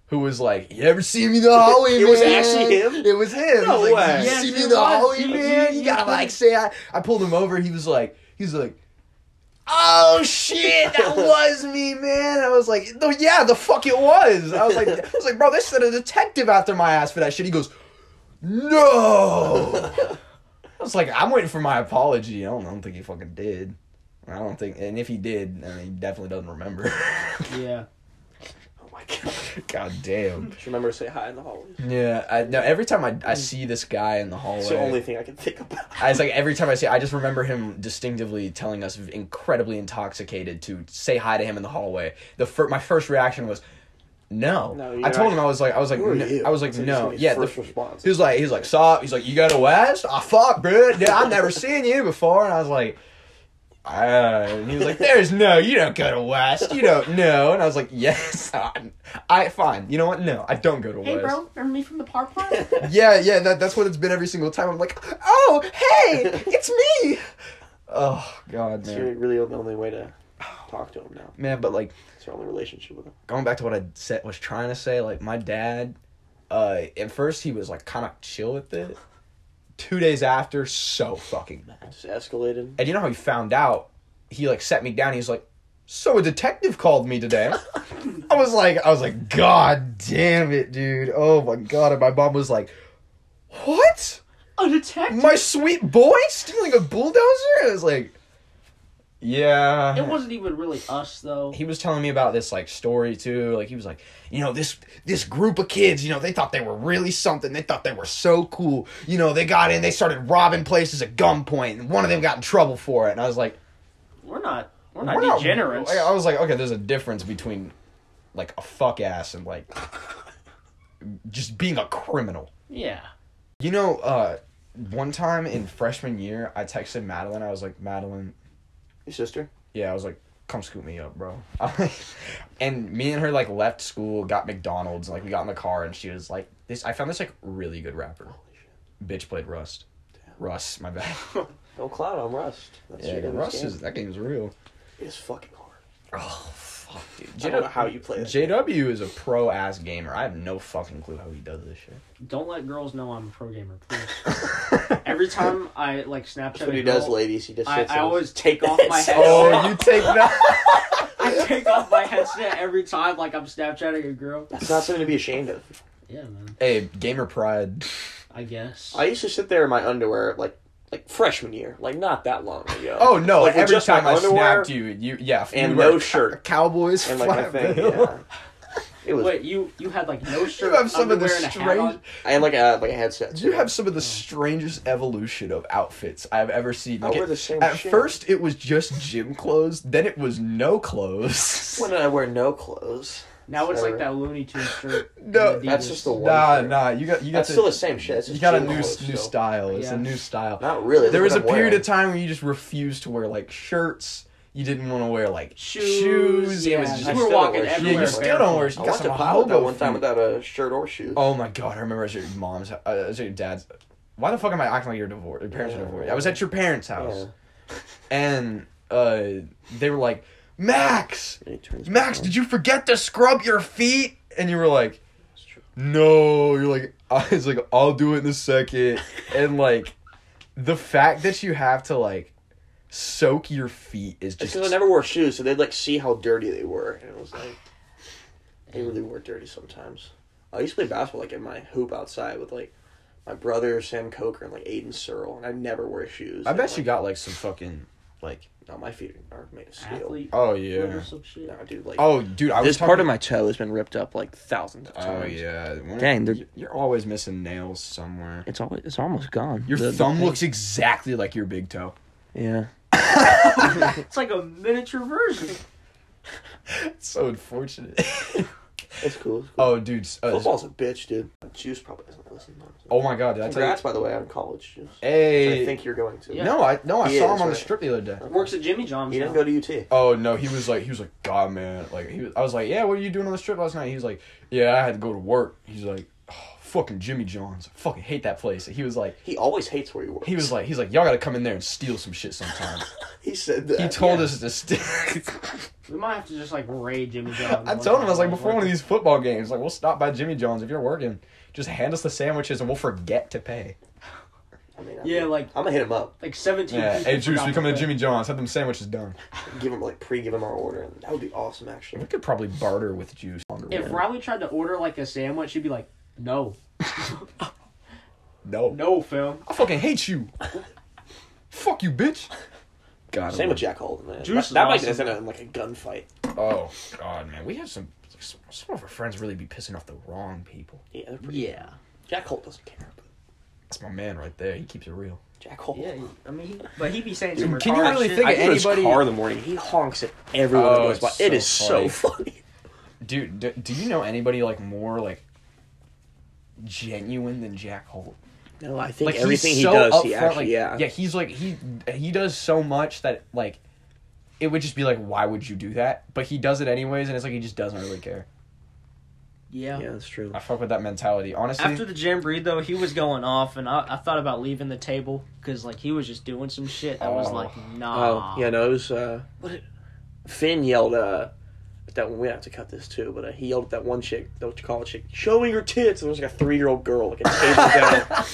B: Who was like, You ever see me in the hallway,
C: [laughs] It was
B: man?"
C: actually him?
B: It was him.
C: No
B: He's like,
C: way.
B: You
A: Yes,
B: see me
A: it
B: in the
A: was.
B: hallway,
A: You-
B: man?
A: you-
B: You gotta like say I I pulled him over, he was like he's like Oh shit,
C: [laughs]
B: that was me, man. I was like, no, yeah, the fuck it was. I was like, I was like, bro, they sent a detective after my ass for that shit. He goes, [laughs] no. I was like, I'm waiting for my apology. I don't, I don't think he fucking did. I don't think, and if he did, I mean, he definitely doesn't remember. [laughs]
A: Yeah.
C: [laughs] Oh my god!
B: God damn.
C: Just remember to say hi in the hallway.
B: Yeah, I no. Every time I, I see this guy in the hallway,
C: It's the only thing I can
B: [laughs]
C: think about.
B: I was like, every time I see, I just remember him distinctively telling us, incredibly intoxicated, to say hi to him in the hallway. The fir- my first reaction was, no.
C: No,
B: I
C: you're
B: told
C: not-
B: him I was like, I was like,
C: Who are
B: "No."
C: you?
B: I was like,
C: That's like
B: no,
C: somebody's
B: yeah.
C: first
B: the-
C: response.
B: He was like, he's like, stop. He's like, you go to West? I fuck, bro. Yeah, I've never seen you before, and I was like. Uh, and he was like, "There's no, you don't go to West, you don't know." And I was like, "Yes, I, I fine. You know what? No, I don't go to
A: Hey,
B: West."
A: bro. Remember me from the park [laughs] party?
B: Yeah, yeah, that, that's what it's been every single time. I'm like, oh, hey, it's me. Oh God,
C: It's really,
B: man,
C: really the only way to talk to him now.
B: man. But like,
C: It's our only relationship with him.
B: going back to what I said, was trying to say, like my dad, uh, at first he was like kind of chill with it. Two days after, so fucking mad.
C: It just escalated.
B: And you know how he found out? He like set me down. He was like, "So a detective called me today." I was like, I was like, "God damn it, dude! Oh my god!" And my mom was like, "What?"
A: A detective.
B: my sweet boy stealing a bulldozer? I was like, yeah.
A: It wasn't even really us though.
B: He was telling me about this like story too. Like he was like, you know, this this group of kids, you know, they thought they were really something. They thought they were so cool. You know, they got in, they started robbing places at gunpoint, and one of them got in trouble for it. And I was like,
A: We're not. We're
B: we're
A: not
B: not-
A: degenerates.
B: I I was like, okay, there's a difference between like a fuck ass
A: [laughs]
B: and like just being a criminal.
A: yeah.
B: You know, uh, one time in freshman year, I texted Madeline. I was like, Madeline,
C: Your sister?
B: yeah, I was like, come scoop me up, bro. [laughs] and me and her like left school, got McDonald's, like we got in the car, and she was like, this. I found this like really good rapper. Bitch played Rust. Rust, my bad.
C: Don't clown on Rust. That's
B: yeah,
C: your name.
B: Rust is that game's real.
C: It's fucking hard.
B: Oh fuck, dude.
C: I don't know how you play it.
B: JW is a pro ass gamer. I have no fucking clue how he does this shit.
A: Don't let girls know I'm a pro gamer, please. Every time I like Snapchat,
C: That's what
A: a
C: he does,
A: girl,
C: ladies. He just
A: I,
C: sits
A: I
C: and-
A: always take
C: [laughs]
A: off my headset.
B: [laughs] Oh, you take that?
A: I take off my headset every time, like I'm Snapchatting a girl.
C: That's not something to be ashamed of.
A: Yeah, man.
B: [laughs] hey, gamer pride.
A: I guess.
C: I used to sit there in my underwear like like freshman year, like not that long ago.
B: [laughs] Oh no!
C: Like, with
B: every
C: just my
B: time I
C: underwear
B: snapped you, you yeah,
C: and
B: you were
C: no
B: [laughs]
C: shirt.
B: Cowboys
C: and
B: [laughs]
C: like my
B: flat
C: thing.
B: bill.
C: Yeah. It was
A: Wait, you you had like no shirt,
B: [laughs] You have some of the
A: underwear, and a hat
B: strange.
A: on?
C: I had like a like a headset.
B: You
C: too.
B: have some of the strangest evolution of outfits I've ever seen.
C: I
B: Like,
C: wear
B: it-
C: the same
B: at
C: shit.
B: first, it was just gym clothes. Then it was no
C: [laughs]
B: clothes.
C: when did I wear no clothes?
A: Now it's like
C: Whatever.
A: that Looney Tunes
B: [laughs]
A: shirt.
B: No,
A: and
C: That's
A: Adidas.
C: just the one.
B: nah,
C: shirt.
B: nah. You got you got
C: That's
B: the,
C: still the same shit. It's
B: you
C: just
B: got a
C: gym
B: new
C: clothes
B: new
C: still.
B: style. It's
A: Yeah.
B: a new style.
C: Not really.
B: there was a
C: Look what I'm
B: period
C: wearing.
B: of time where you just refused to wear like shirts. You didn't want to wear like
A: shoes.
B: shoes.
A: yeah.
B: It was just,
C: I
A: you
C: still
A: were walking
C: wear shoes.
B: yeah,
A: everywhere.
B: you still don't wear.
A: barefoot.
B: You
C: I
B: got
C: went
B: some
C: to Pilot that
B: hobo
C: one time
B: feet.
C: without a shirt or shoes.
B: Oh my god, I remember I was at your mom's, uh, I was at your dad's. Why the fuck am I acting like your divorce? Your parents are
C: Yeah.
B: divorced. I was at your parents' house, and uh, they were like, Max,
C: And he turns
B: Max, did you forget to scrub your feet? And you were like, no. You're like, [laughs] I was like, I'll do it in a second. And like, the fact that you have to like soak your feet is
C: It's
B: just
C: because I never wore shoes, so they'd like see how dirty they were, and it was like they really were dirty sometimes. I used to play basketball like in my hoop outside with like my brother Sam Coker and like Aiden Searle, and I never wear shoes.
B: I
C: And,
B: bet you
C: like,
B: got like some fucking like.
C: No, my feet are made of steel.
A: Athlete
B: Oh
A: foot
B: yeah.
A: or some shit.
C: No, dude, like
B: Oh dude, I
C: this
B: was talking-
C: part of my toe has been ripped up like thousands of
B: Oh
C: times.
B: yeah. When-
C: Dang, they're-
B: you're always missing nails somewhere.
C: It's always it's almost gone.
B: Your
C: The- the
B: thumb
C: thing-
B: looks exactly like your big toe. [laughs]
C: Yeah.
A: It's like a miniature version.
B: It's so unfortunate.
C: [laughs] It's cool. It's cool.
B: oh dude. s- Uh,
C: Football's a bitch, dude. Juice probably doesn't listen. To
B: oh my god, did I tell you?
C: Congrats, by the way, on college. Juice.
B: Hey.
C: I think you're going to.
A: Yeah.
B: No, I no, I
C: He
B: saw him
C: is,
B: on the
C: right.
B: strip the other day.
A: Works at Jimmy John's.
C: He didn't
A: now.
C: go to UT.
B: Oh no, he was like he was like, God man, like he was, I was like, Yeah, what are you doing on the strip last night? He was like, Yeah, I had to go to work. He's like, oh, fucking Jimmy John's. I fucking hate that place. He was like
C: He always hates where he works.
B: he was like he's like, Y'all gotta come in there and steal some shit
C: [laughs]
B: sometime.
C: He said that.
B: He told
C: yeah.
B: us to steal [laughs]
A: We might have to just like raid Jimmy John's.
B: I told him I was like before one of these football games, like we'll stop by Jimmy John's if you're working. Just hand us the sandwiches and we'll forget to pay.
C: I mean,
A: Yeah, like-
C: I'm gonna hit him up,
A: Like seventeen.
B: Yeah,
A: people
B: hey Juice,
A: forgot
B: we come
A: to
B: to
A: pay.
B: Jimmy John's, have them sandwiches done.
C: give him like pre-give him our order, and that would be awesome.
B: We
C: Actually,
B: could probably barter with Juice. on the
A: If
B: road.
A: Riley tried to order like a sandwich, she'd be like, "No,
B: no,
A: no, fam."
B: I fucking hate you. Fuck you, bitch.
D: God,
C: same with Jack Holden, man.
A: Juice is
C: that that might
A: awesome.
C: just end up in like a gunfight.
B: Oh God, man, we have some. Some of our friends really be pissing off the wrong people.
C: Yeah, they're pretty,
A: Yeah,
C: Jack Holt doesn't care. But
B: That's my man right there. He keeps it real.
C: Jack Holt.
A: yeah. I mean, he, but he be saying some.
B: Dude, can you
A: retarded
B: really
A: shit.
B: think
C: I
B: of
C: go to his
B: anybody-
C: car in the morning. He honks at everyone that
B: Oh,
C: goes by.
B: it's
C: It is
B: so
C: so funny.
B: Dude, do, do you know anybody like more like genuine than Jack Holt?
C: No, I think
B: Like he's
C: everything he
B: so
C: does, he
B: upfront,
C: actually
B: like,
C: yeah.
B: yeah. He's like he he does so much that like it would just be like, why would you do that? But he does it anyways, and it's like he just doesn't really care.
A: Yeah.
C: Yeah, that's true.
B: I fuck with that mentality, honestly.
A: After the jamboree though, he was going off, and I, I thought about leaving the table because like he was just doing some shit that was
B: Oh.
A: like, nah.
C: Oh, yeah, no, it was. Uh, what it, Finn yelled uh, at that one. We have to cut this too, but uh, he yelled at that one chick, the college chick, showing her tits, and it was like a three-year-old
A: [laughs]
C: girl, like a table down.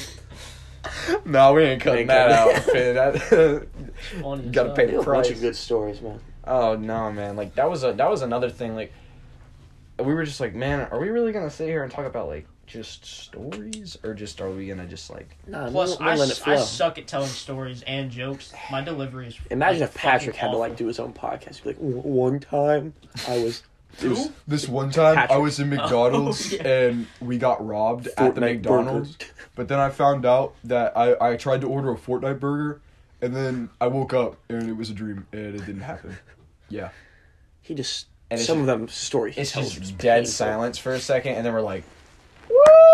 B: no, we ain't cutting
C: We ain't
B: that out,
C: cutting-
B: Finn.
C: [laughs]
B: That- [laughs]
A: Funny as
B: Gotta
A: hell.
B: pay
C: They have a bunch
B: Price.
C: of good stories, man.
B: Oh no, man! Like that was a that was another thing. Like we were just like, man, are we really gonna sit here and talk about like just stories, or just are we gonna just like?
C: Nah,
A: Plus,
C: we'll- we'll
A: I,
C: let it
A: s- I
C: flow.
A: suck at telling stories and jokes. My delivery is.
C: Imagine
A: like,
C: if Patrick
A: fucking
C: had to like
A: awful.
C: do his own podcast. He'd be like, "W- one time
A: [laughs]
C: I was
B: It was this one time I
C: Patrick. [laughs] Oh,
B: was in McDonald's
A: yeah.
B: and we got robbed at the
C: Fortnite
B: McDonald's.
C: burger."
B: But then I found out that I I tried to order a Fortnite burger, and then I woke up and it was a dream and it didn't happen. Yeah.
C: He just
B: And it's
C: some of them stories.
B: [laughs]
C: he
B: It's
C: tells
B: just
C: are
B: dead
C: painful.
B: silence for a second, and then we're like,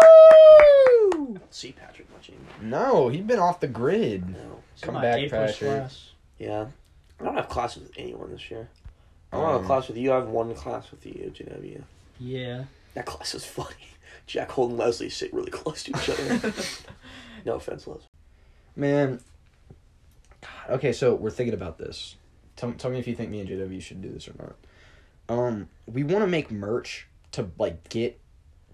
C: I don't see Patrick much anymore.
B: "No, he'd been off the grid."
C: No.
A: See
B: Come
A: my
B: back,
A: April
B: Patrick.
A: class.
C: Yeah. I don't have class with anyone this year. I don't have a class with you. I have one class with you, JW.
A: Yeah.
C: That class was funny. [laughs] Jack Holt and Leslie sit really close to each other. [laughs] no offense, Leslie.
B: Man. God, Okay, so we're thinking about this. Tell, tell me if you think me and JW should do this or not. Um, we want to make merch to like get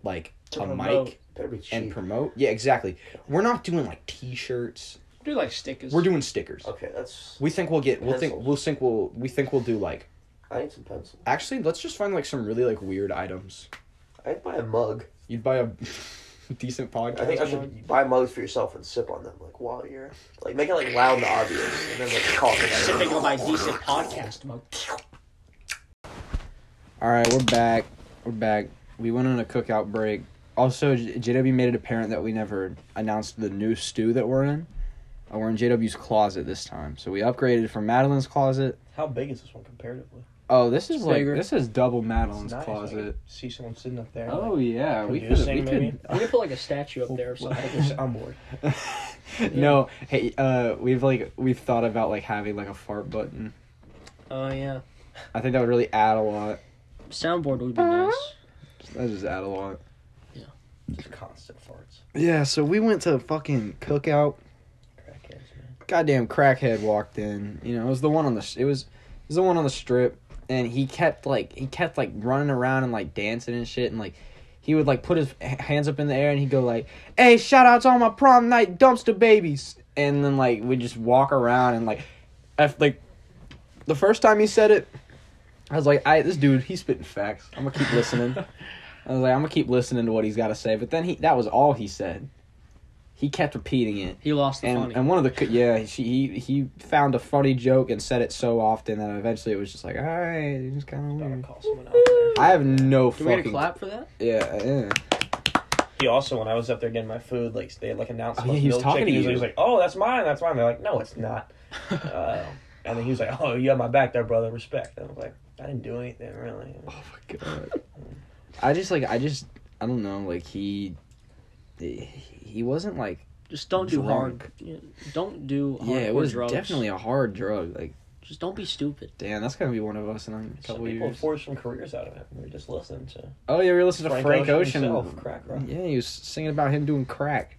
B: like
A: To
B: a
A: promote.
B: mic
C: Better be
B: and
C: cheap.
B: promote. Yeah, exactly. We're not doing like t-shirts.
A: Do like stickers.
B: We're doing stickers.
C: okay, that's.
B: We think we'll get. We'll think.
C: Pencils.
B: We'll think. We'll. We think we'll do like.
C: I need some pencil.
B: Actually, let's just find like some really like weird items.
C: I'd buy a mug.
B: You'd buy a [laughs] decent podcast.
C: I think I
B: mug.
C: should buy mugs for yourself and sip on them, like while you're like make it like loud and obvious, and then like call
A: sipping
C: it.
A: on my decent podcast mug.
B: All right, we're back. We're back. We went on a cookout break. Also, J- JW made it apparent that we never announced the new stew that we're in. Uh, we're in JW's closet this time, so we upgraded from Madeline's closet.
E: How big is this one comparatively?
B: Oh, this is
E: It's
B: like
E: bigger.
B: this is double Madeline's
E: Nice, I
B: closet.
E: can see someone sitting up there.
B: Oh yeah, we could.
E: Producing,
B: We
E: maybe?
B: [laughs] could
A: We could put like a statue up there or
E: Like,
A: something.
E: it's- I'm bored.
B: no, hey, uh, we've like we've thought about like having like a fart button.
A: [laughs] Oh yeah.
B: I think that would really add a lot.
A: Soundboard would be nice.
B: That just add a lot.
E: Just constant farts.
B: Yeah, so we went to fucking cookout.
E: Crackheads, man.
B: goddamn crackhead walked in. You know, it was the one on the it was it was the one on the strip, and he kept like he kept like running around and like dancing and shit and like he would like put his h- hands up in the air and he'd go like, "Hey, shout out to all my prom night dumpster babies," and then like we just walk around and like, af- like, the first time he said it, I was like, "I this dude he's spitting facts. I'm gonna keep [laughs] listening." I was like, "I'm gonna keep listening to what he's got to say," but then he that was all he said. He kept repeating it
A: He lost the
B: and,
A: funny.
B: and one of the co- yeah she, he he found a funny joke and said it so often that eventually it was just like all right it's just kind of
C: Gotta
B: weird.
C: call someone out there.
B: I have no
A: Do we get a
B: fucking
A: clap for that?
B: yeah yeah
C: He also, when I was up there getting my food, like they had like announced
B: Oh,
C: about
B: yeah, he was
C: milkshake,
B: talking
C: and
B: to
C: he was,
B: you.
C: he was like, "Oh, that's mine, that's mine." They're like, "No,
B: [laughs]
C: it's not." uh, and then he was like, "Oh, you have my back there, brother. Respect." And I was like, "I didn't do anything really."
B: oh my god I just like I just I don't know like he he wasn't like
A: Just don't do
B: Drunk.
A: hard. yeah, Don't do hard
B: yeah it was
A: drugs.
B: definitely a hard drug like
A: Just don't be stupid.
B: damn that's gonna be one of us in a
C: Some
B: couple
C: people
B: years
C: have forged some careers out of it. We just listened to
B: oh yeah we listened to Frank, Ocean,
C: himself, crack rock.
B: yeah he was singing about him doing crack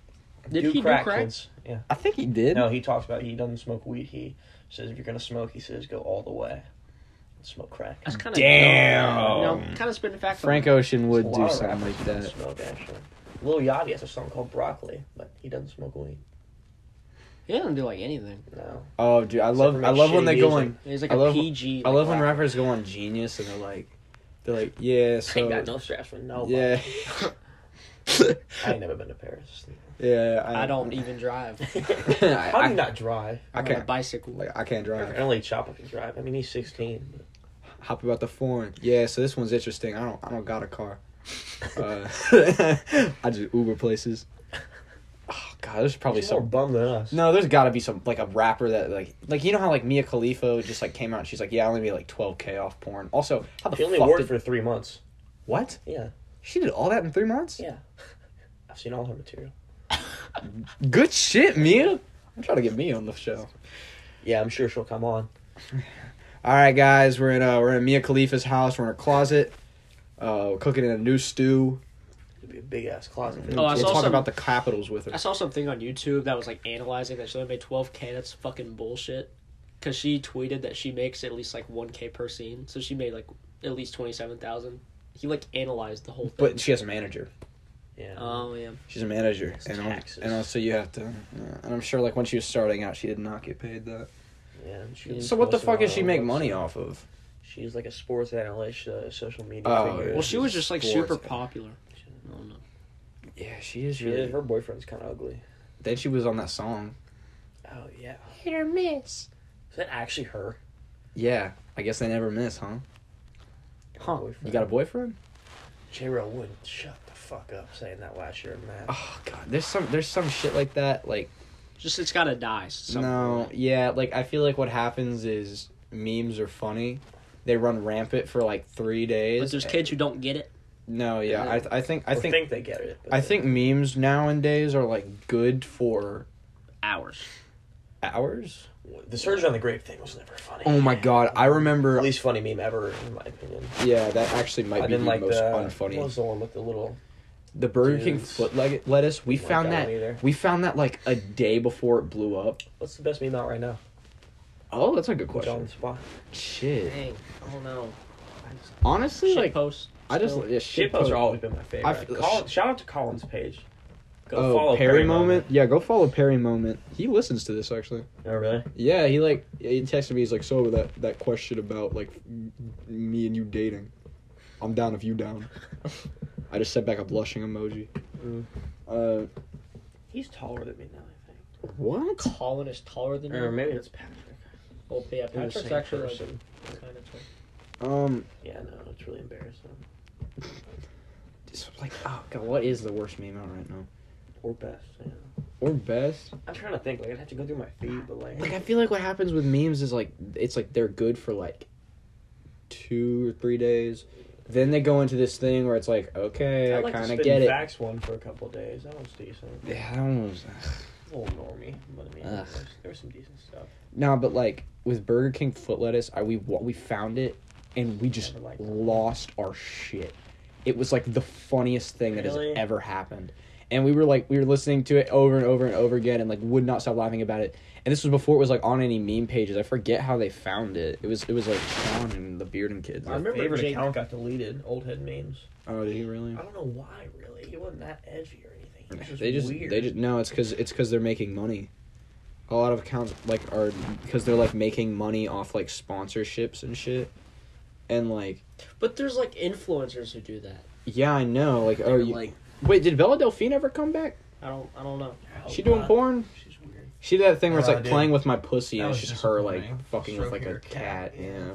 A: Did he do crack?
C: kids. Yeah.
B: I think he did
C: No, he talks about he doesn't smoke weed. He says if you're gonna smoke, he says go all the way. Smoke crack.
A: That's kind of
B: Damn.
A: You know, kind of spinning fact. on
B: Frank Ocean
C: A
B: would
C: lot
B: do
C: of
B: something
C: rappers
B: like
C: don't
B: that
C: Smoke actually. Lil Yachty has a song called Broccoli, but he doesn't smoke weed.
A: it. He doesn't do like anything.
C: No.
B: oh dude I
C: Except
B: love
C: for
B: I
C: make
B: love when
C: shitty
B: they go
C: music.
B: in
A: He's like
B: I
A: a
B: love-
A: PG.
B: I love when
A: like,
B: rappers go on Genius and they're like, they're like, yeah,
A: [laughs]
B: so
C: ain't got no straps for nobody.
B: yeah,
C: [laughs] I ain't never been to Paris.
B: yeah.
A: I
B: [laughs]
A: don't even drive. [laughs]
B: I,
C: e- How do
B: I,
C: you not drive?
B: I
A: I'm on a
B: can't.
A: bicycle.
B: Like I can't
C: I
B: drive.
C: only Chopper can drive. I mean, he's 16.
B: Hop about the foreign. Yeah, so this one's interesting. I don't. I don't got a
C: [laughs]
B: car. Uh, [laughs] I just Uber places. Oh God, there's probably
C: He's more
B: some.
C: bum than us.
B: No, there's got to be some like a rapper that like like you know how like Mia Khalifa just like came out and she's like yeah I only made like 12k off porn. Also, how the
C: He only
B: fuck
C: worked
B: did
C: for three months.
B: what?
C: Yeah.
B: She did all that in three months.
C: Yeah. I've seen all her material.
B: Good shit, Mia. I'm trying to get Mia on the show.
C: Yeah, I'm sure she'll come on.
B: All right, guys, we're in uh, we're in Mia Khalifa's house. We're in her closet, uh, we're cooking in a new stew.
C: It'd be a big ass closet.
A: Oh, I
B: we'll
A: saw
B: talk
A: some-
B: about the Capitals with her.
A: I saw something on YouTube that was like analyzing that she only made 12k. That's fucking bullshit. Cause she tweeted that she makes at least like 1k per scene, so she made like at least 27,000. He like analyzed the whole thing.
B: But she has a manager.
C: Yeah.
A: oh yeah,
B: She's a manager,
C: It's
B: and al-
C: taxes.
B: and also you have to. yeah. And I'm sure, like when she was starting out, she did not get paid that.
C: yeah and she was
B: So what the
C: posting
B: fuck
C: on
B: does she
C: her
B: make
C: website.
B: money off of?
C: She's like a sports analyst, uh, social media
B: Oh,
C: figure.
B: yeah.
A: Well, she was
B: she's
A: just like
B: sports.
A: super popular. I don't know.
B: Yeah, she is
C: She
B: really.
C: is. Her boyfriend's kind of ugly.
B: Then she was on that song.
C: Oh yeah.
A: Hit or miss.
C: Is that actually her?
B: Yeah, I guess they never miss, huh?
A: Huh.
C: Boyfriend.
B: You got a boyfriend?
C: J. Rel wouldn't shut the fuck up saying that last year, man.
B: Oh god, there's some there's some shit like that like.
A: Just it's gotta die. Somewhere.
B: No, yeah, like I feel like what happens is memes are funny. They run rampant for like three days.
A: But there's kids who don't get it.
B: No, yeah, I, I think I
C: Or
B: think,
C: think they get it. but
B: I think memes nowadays are like good for
A: Hours.
B: hours.
C: the surgery on the grape thing was never funny.
B: Oh my god, I remember.
C: least funny meme ever, in my opinion.
B: Yeah, that actually might
C: I
B: be the
C: didn't like
B: most
C: the
B: unfunny.
C: What was the one with the little?
B: the Burger King
C: Dudes.
B: foot leg- lettuce. We
C: Didn't like
B: found
C: that
B: that.
C: one either.
B: we found that like a day before it blew up.
C: What's the best meme out right now?
B: Oh, that's a good
C: Put you on
B: question.
C: the spot.
B: Shit.
A: Dang. I don't know.
B: Honestly,
A: Shit
B: like
A: posts.
B: I just
A: still.
B: yeah, shit
C: Shitposts
B: post-
C: are always been my favorite.
B: I've-
C: Colin, shout out to Colin's page. Go
B: oh,
C: follow
B: Perry, moment. Yeah, go follow Perry moment. He listens to this actually.
C: Oh really?
B: Yeah, he like he texted me. He's like, so that that question about like m- me and you dating, I'm down if you [laughs] down. I just sent back a blushing emoji.
C: Mm.
B: Uh,
C: He's taller than me now, I think.
B: what?
A: Colin is taller than
C: Or
A: you.
C: maybe it's Patrick.
A: Well, yeah,
C: They're the
A: Patrick's
C: same
A: actually like,
C: person.
A: kind of tall.
B: Um,
C: Yeah, no, it's really embarrassing.
B: just like oh god, what is the worst meme out right now?
C: Or best. Yeah.
B: Or best?
C: I'm trying to think. Like I'd have to go through my feed, but like,
B: Like I feel like what happens with memes is like it's like they're good for like two or three days. Then they go into this thing where it's like, okay, I,
C: like
B: kind of
C: spit
B: get
C: and
B: it.
C: Facts one for a couple of days. That one's decent.
B: Yeah, that one was.
C: A little normie, but I mean, there
B: Ugh.
C: was, there was some decent stuff.
B: No, but like with Burger King foot lettuce, I we wa- we found it and we just
C: Never liked it.
B: lost our shit. It was like the funniest thing that
C: Really?
B: has ever happened. and we were like we were listening to it over and over and over again and like would not stop laughing about it. And this was before it was like on any meme pages. I forget how they found it. It was it was like Sean and the Beard and Kids.
C: My favorite
A: Jake-
C: account got deleted. Old head memes.
B: Oh, did he really?
C: I don't know why. Really, he wasn't that edgy or anything. He was just
B: they just
C: weird.
B: they just no. It's because it's because they're making money. A lot of accounts like are because they're like making money off like sponsorships and shit, and like
A: But there's like influencers who do that.
B: yeah, I know. Like oh,
A: They're
B: you,
A: like
B: wait, did Bella Delphine ever come back?
A: I don't I don't know.
C: Oh,
B: she doing
C: God.
B: porn?
C: She's weird.
B: She did that thing where it's
F: Oh,
B: like
F: I did.
B: playing with my pussy,
F: That
B: and it's
F: was
B: just her like
F: disappointing.
B: fucking with like
F: Stroking
B: a
F: her
B: cat.
F: cat,
B: Yeah.
F: yeah.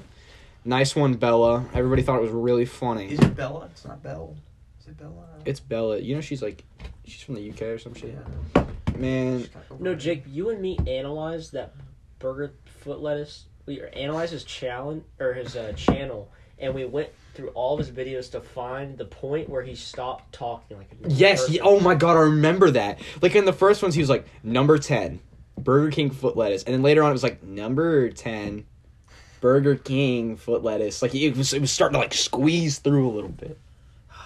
B: Nice one, Bella. Everybody thought it was really funny.
C: Is it Bella? It's not Belle. Is it Bella?
B: it's Bella. You know she's like, she's from the UK or some shit.
C: Yeah.
B: Man,
C: She's kinda
A: No,
C: weird.
A: Jake, you and me analyzed that burger foot lettuce. We analyzed his challenge or his uh, channel, and we went through all of his videos to find the point where he stopped talking. Like a normal
B: Yes.
A: person.
B: ye- oh my god, I remember that. Like in the first ones, he was like number ten, Burger King foot lettuce, and then later on, it was like number ten, Burger King foot lettuce. Like it was, it was starting to like squeeze through a little bit.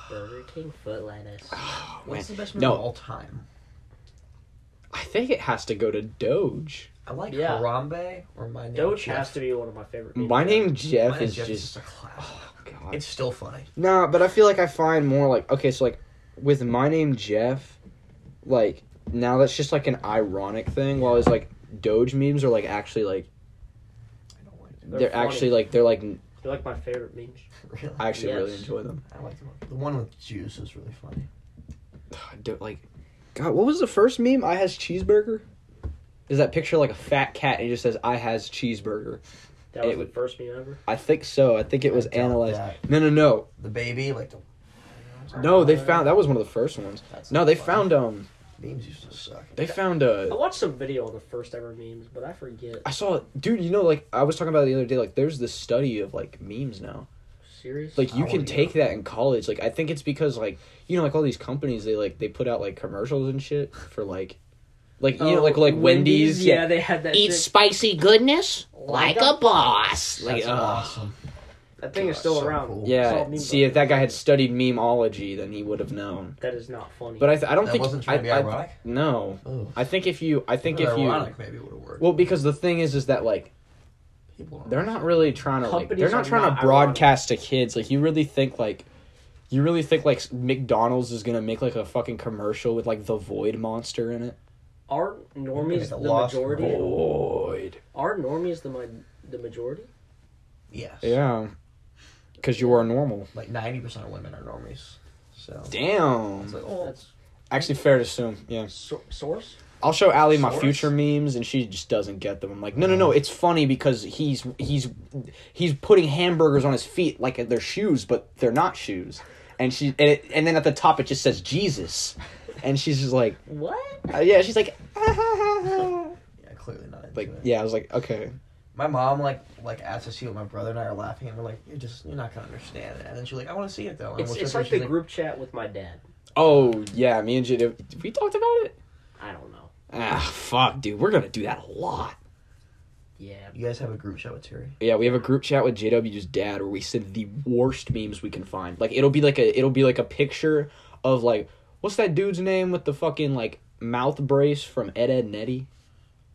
A: Burger King foot lettuce.
B: Man.
C: What's the best meme
B: No.
C: of all time?
B: I think it has to go to Doge.
C: I like
A: Yeah.
C: Harambe or my name.
A: Doge
C: Jeff.
A: has to be one of my favorite. memes.
B: My name Jeff
C: My Name
B: is
C: Jeff
B: just.
C: a classic.
B: Oh god.
C: It's still funny.
B: Nah, but I feel like I find more like okay, so like with my name Jeff, like now that's just like an ironic thing. While it's like Doge memes are like actually like
C: I don't like
A: They're
B: they're,
A: funny.
B: actually like they're like
A: They're like my favorite memes.
C: it. [laughs] Really?
B: I actually really
A: Yes.
B: enjoy them.
C: I like the one. The one with juice is really funny.
B: I [sighs] don't like God, what was the first meme? I has cheeseburger. Is that picture like a fat cat and it just says I has cheeseburger?
A: That was
B: It
A: the
B: would-
A: first meme ever.
B: I think so. I think it was
C: I doubt
B: analyzed.
C: that.
B: No, no, no,
C: The baby, like the.
B: no. They found that was one of the first ones.
C: That's
B: No, they
C: funny.
B: found um,
C: Memes used to suck.
B: they found uh,
A: I watched some video on the first ever memes, but I forget.
B: I saw, dude. You know, like I was talking about it the other day. Like, there's this study of like memes now.
A: Serious?
B: Like, you
C: Oh,
B: can
C: yeah.
B: take that in college. Like, I think it's because like you know, like all these companies, they like they put out like commercials and shit for like, like you know, like
C: Oh,
B: like Wendy's.
A: Oh, Yeah, they had that. shit.
B: spicy goodness
A: Like a
B: boss. Like, uh,
C: That's awesome.
A: That thing is
C: God,
A: still
C: so
A: around.
C: cool.
A: It's all
B: yeah.
A: memes
B: See,
A: like
B: if that guy had studied memeology, then he would have known.
A: that is not funny.
B: But I, th- I don't
C: That
B: think I,
C: wasn't trying to be
B: I-
C: ironic?
B: No,
C: Oh,
B: I think if you, I think if you,
C: ironic maybe would have worked.
B: well, because the thing is, is that like
C: People don't
B: they're not really trying to like
A: Companies
B: they're
A: are
B: not trying
A: not
B: to broadcast to kids like you really think like you really think like McDonald's is gonna make like a fucking commercial with like the Void monster in it?
A: aren't
C: Look
A: normies
C: at
A: the
C: the lost
A: majority?
C: world.
B: Void.
A: Aren't normies the my, the majority?
C: Yes.
B: Yeah, because you are normal.
C: Like ninety percent of women are normies. So. It's
B: Damn.
C: like, oh,
A: That's
B: Actually, fair to assume. Yeah,
A: so- source.
B: I'll show Allie my
C: Source?
B: future memes, and she just doesn't get them. I'm like, no, no, no. It's funny because he's he's he's putting hamburgers on his feet like uh, they're shoes, but they're not shoes. And she and it, and then at the top it just says Jesus, and she's just like.
A: What?
B: Uh, yeah, she's like, [laughs]
C: yeah, clearly not into
B: like
C: it.
B: yeah. I was like, okay,
C: My mom like like asked to see what my brother and I are laughing, and we're like, you're just you're not gonna understand it. And then she's like, I want to see it though. And
A: It's,
C: we'll
A: it's
C: show her,
A: like
C: she's
A: the group chat with my dad.
B: oh yeah, me and Jada, did we talked about it.
A: I don't know.
B: Ah, fuck, dude, we're gonna do that a lot.
A: Yeah.
C: You guys have a group chat with Terry.
B: Yeah, we have a group chat with JW's dad where we send the worst memes we can find. Like it'll be like a it'll be like a picture of like what's that dude's name with the fucking like mouth brace from Ed Ed Netty?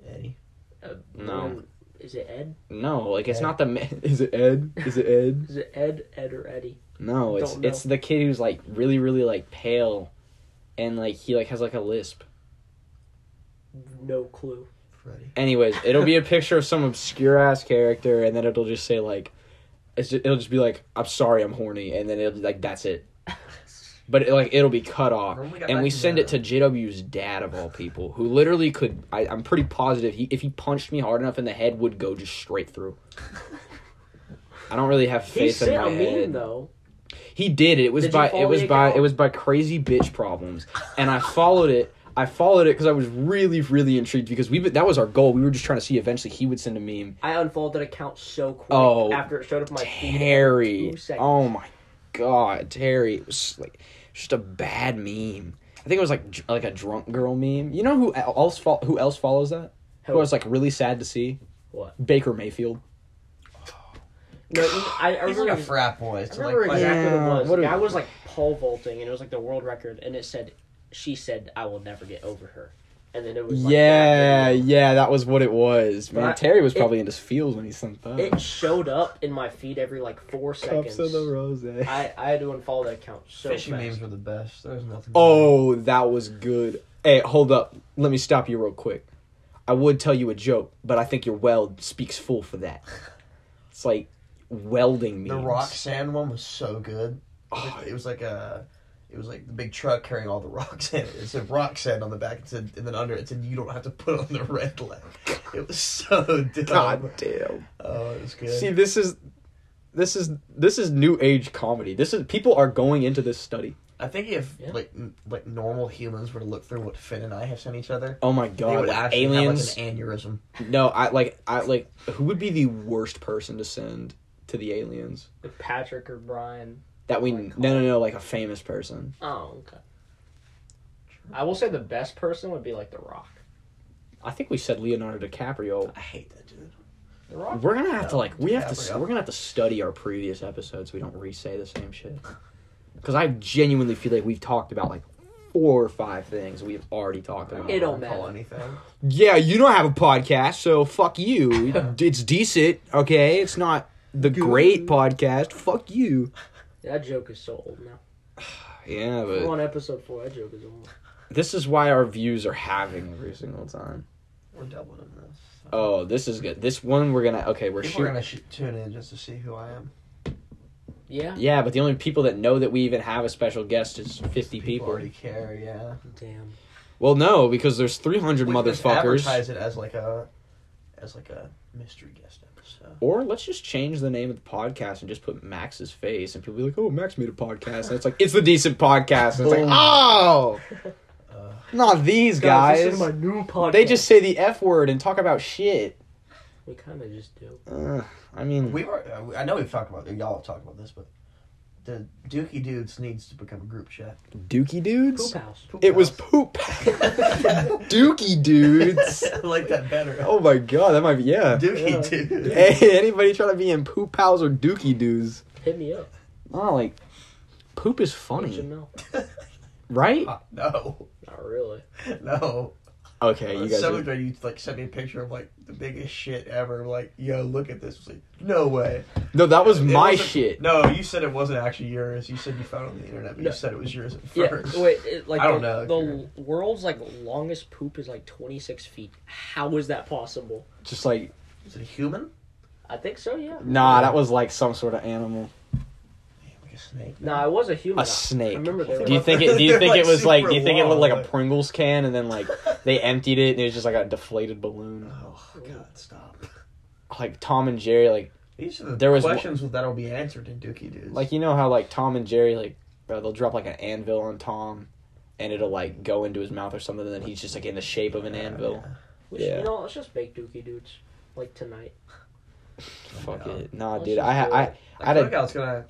C: Eddie.
A: Uh,
B: No.
A: one- Is it Ed?
B: No, like it's
C: Ed.
B: not the ma- [laughs] is it Ed? Is it Ed?
A: Is it Ed? Ed or Eddie?
B: No, it's
A: Don't know.
B: it's the kid who's like really really like pale, and like he like has like a lisp.
A: No clue.
C: Freddie.
B: Anyways, it'll be a picture of some obscure ass character, and then it'll just say like, it's ju- it'll just be like, "I'm sorry, I'm horny," and then it'll be like, "That's
C: [laughs]
B: it." But it, like it'll be cut off,
C: When we got
B: and
C: back
B: we
C: from
B: send it to
C: the-
B: JW's dad of all people, who literally could. I, I'm pretty positive he, if he punched me hard enough in the head, would go just straight
C: [laughs]
B: through. I don't really have
A: He
B: faith in
A: sent
B: my
A: a meme
B: head.
A: though.
B: He did it. It was
A: Did you
B: by
A: follow
B: it was
A: the
B: by
A: account?
B: it was by crazy bitch problems, and I followed it. I followed it because I was really really intrigued because we that was our goal. We were just trying to see eventually he would send a meme.
A: I unfollowed that account so quick
B: Oh,
A: after it showed up in my feed.
B: Terry,
A: two seconds.
B: oh my god, Terry it was like just a bad meme. I think it was like dr- like a drunk girl meme. You know who else fo- who else follows that? Who I was like really sad to see
A: What?
B: Baker Mayfield.
A: No, I, I
C: [laughs] He's like
A: remember
C: a frat boy.
A: I
C: So like,
A: remember
C: why-
A: exactly what
B: Yeah,
A: it was.
B: what
A: The
B: a-
A: guy was like pole vaulting, and it was like the world record, and it said she said, "I will never get over her," and then it was like,
B: Yeah, yeah, that was what it was. Man,
A: I-
B: Terry was
A: it-
B: probably into feels when he sent that.
A: It showed up in my feed every like four seconds.
B: Cups of the rose.
A: I I had to unfollow that account so
C: Fishy
A: fast.
C: memes were the best. There was nothing.
B: Oh, that was good. Hey, hold up. Let me stop you real quick. I would tell you a joke, but I think your weld speaks full for that. It's like welding memes.
C: The Roxanne one was so good.
B: Oh.
C: It was like a, it was like the big truck carrying all the [laughs] rocks in it. It said Roxanne on the back. It said, and then under it said, "You don't have to put on the red leg." It was so [laughs] dumb.
B: God damn.
C: Oh, it was good.
B: See, this is this is this is new age comedy. This is people are going into this study.
C: I think if
A: Yeah.
C: like n- like normal humans were to look through what Finn and I have sent each other,
B: Oh my
C: they
B: god,
C: would
B: like
C: actually
B: aliens.
C: have like an aneurysm.
B: No, I like I like who would be the worst person to send to the aliens?
A: With Patrick or Brian.
B: That
C: Oh
B: we no no no like a famous person.
A: Oh, okay. I will say the best person would be like The Rock.
B: I think we said Leonardo DiCaprio.
C: I hate that dude.
A: The Rock.
B: We're gonna have to like we have to
C: DiCaprio.
B: we're gonna have to study our previous episodes. so We don't re-say the same shit. Because I genuinely feel like we've talked about like four or five things we've already talked about.
A: It don't
C: Call
A: matter.
C: anything.
B: Yeah, you don't have a podcast, so fuck you. it's decent, okay? It's not the great podcast. Fuck you.
A: That joke is so old now.
B: Yeah,
A: We're
B: but
A: on episode four. That joke is old.
B: this is why our views are having every single time.
C: We're doubling in this.
B: Oh, this is good. This one we're gonna okay, we're
C: People are
B: shooting.
C: gonna sh- tune in just to see who I am.
A: Yeah.
B: Yeah, but the only people that know that we even have a special guest is fifty
C: People
B: people.
C: already care. Yeah.
A: Damn.
B: Well, no, because there's 300
C: We can just
B: motherfuckers.
C: Advertise it as like a, as like a mystery guest episode.
B: Or let's just change the name of the podcast and just put Max's face, and people be like, "Oh, Max made a podcast," and it's like, "It's the decent podcast." And it's like,
C: Boom.
B: "Oh, not these guys."
A: my new podcast.
B: They just say the f word and talk about shit.
A: We kind of just do.
B: Uh, I mean,
C: We were. uh, we- I know we've talked about. Y'all have talked about this, but the Dookie dudes needs to become a group chat.
B: Dookie dudes.
A: Poop house.
C: Poop
B: It was
C: house.
B: poop. Dookie dudes.
C: [laughs] I like that better.
B: Oh my god, that might be yeah.
C: Dookie
A: Yeah.
C: dudes.
B: Hey, anybody trying to be in poop house or Dookie dudes?
A: Hit me up.
B: Oh, like poop is funny,
A: HML.
B: right?
C: Ah, no,
A: Not really.
C: no.
B: Okay, you guys.
C: Someone
B: are-
C: tried to like sent me a picture of like the biggest shit ever. Like, yo, look at this. It's like, no way.
B: No, that was
C: It
B: my
C: wasn't-
B: shit.
C: No, you said it wasn't actually yours. You said you found it on the internet, but
A: No.
C: you said it was yours at
A: Yeah.
C: first.
A: Wait. It, like
C: I don't
A: the,
C: know if
A: The
C: you're-
A: world's like longest poop is like 26 feet. How is that possible?
B: Just like
C: Is it a human?
A: I think so. Yeah.
B: nah, that was like some sort of animal.
C: Like a snake?
A: No, I was a human.
B: A snake.
A: I remember [laughs] they were
B: Do you
A: like-
B: think it? Do you
C: They're,
B: think
C: like,
B: it was like? Do you
C: super
B: think it looked like a
C: long.
B: Pringles can, and then like they emptied it, and it was just like a deflated balloon,
C: Oh God, stop!
B: like Tom and Jerry, like
C: These are the
B: There was
C: questions that'll be answered in Dookie Dudes.
B: like you know how like Tom and Jerry like uh, they'll drop like an anvil on Tom, and it'll like go into his mouth or something, and then he's just like in the shape of
A: Oh,
B: an anvil.
A: We should-
B: Yeah.
A: You know, let's just make Dookie dudes like tonight.
B: Fuck
C: Yeah.
B: it, nah,
A: Let's
B: dude.
A: just
B: I ha-
A: do
B: I
A: it.
B: I
C: I
B: had a
C: feel like I was gonna.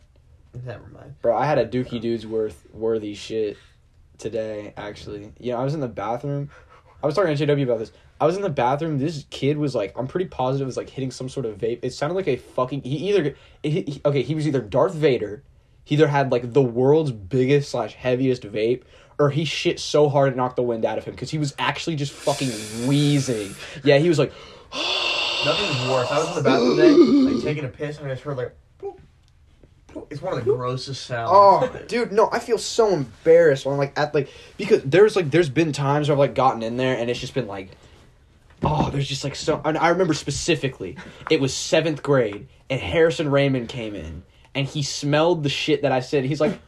C: Never mind.
B: Bro, I had a Dookie Dudes worth worthy shit today, actually. You know, I was in the bathroom. I was talking to JW about this. I was in the bathroom. This kid was like, I'm pretty positive, was like hitting some sort of vape. It sounded like a fucking. He either. He, he- okay, he was either Darth Vader. He either had like the world's biggest slash heaviest vape, or he shit so hard it knocked the wind out of him because he was actually just fucking wheezing. Yeah, he was like,
C: [sighs] Nothing's worse. I was in the bathroom today, like taking a piss, and I just heard like. bloop, bloop. It's one of the grossest sounds. [laughs]
B: Oh, dude, no, I feel so embarrassed when I'm like at like because there's like there's been times where I've like gotten in there and it's just been like, oh, there's just like so. And I remember specifically, it was seventh grade and Harrison Raymond came in and he smelled the shit that I said. He's
C: [laughs]
B: like,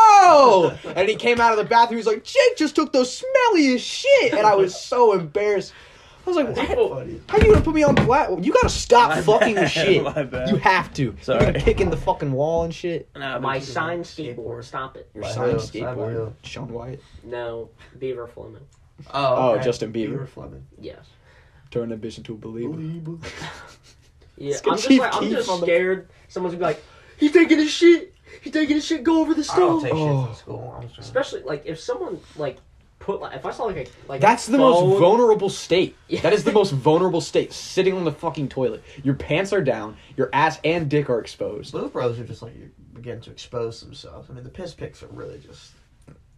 B: oh, and he came out of the bathroom. He's like, Jake just took the smelliest shit, and I was so embarrassed. I was like,
C: That's
B: what?
C: funny.
B: How you gonna put me on black? You gotta stop fucking with shit.
C: my bad.
B: You have to. You've
C: Sorry.
B: been kicking the fucking wall and shit.
A: My sign skateboard. Stop it.
B: Your
C: By
B: signed
C: who? Signed by
B: skateboard.
C: who?
B: Sean White.
A: No, Beaver Fleming.
C: Oh,
B: Oh, Justin Bieber.
C: Fleming.
A: Yes.
B: Turn ambition to a believer.
A: Yeah,
B: Let's get
A: I'm just,
B: Chief
A: like, I'm
B: Keef
A: just
B: on the-
A: scared someone's gonna be like, he taking his shit! He taking his shit, go over the
C: I don't
A: stove!
C: take shit
B: Oh.
C: from school. I'm just
A: Especially, like, if someone, like, put, like, if I saw, like, a, like
B: That's
A: a
B: the
A: phone-
B: most vulnerable state.
A: Yeah.
B: That is the most vulnerable state. Sitting on the fucking toilet. Your pants are down. Your ass and dick are exposed.
C: Blue Bros are just like you begin to expose themselves. I mean, the piss pics are really just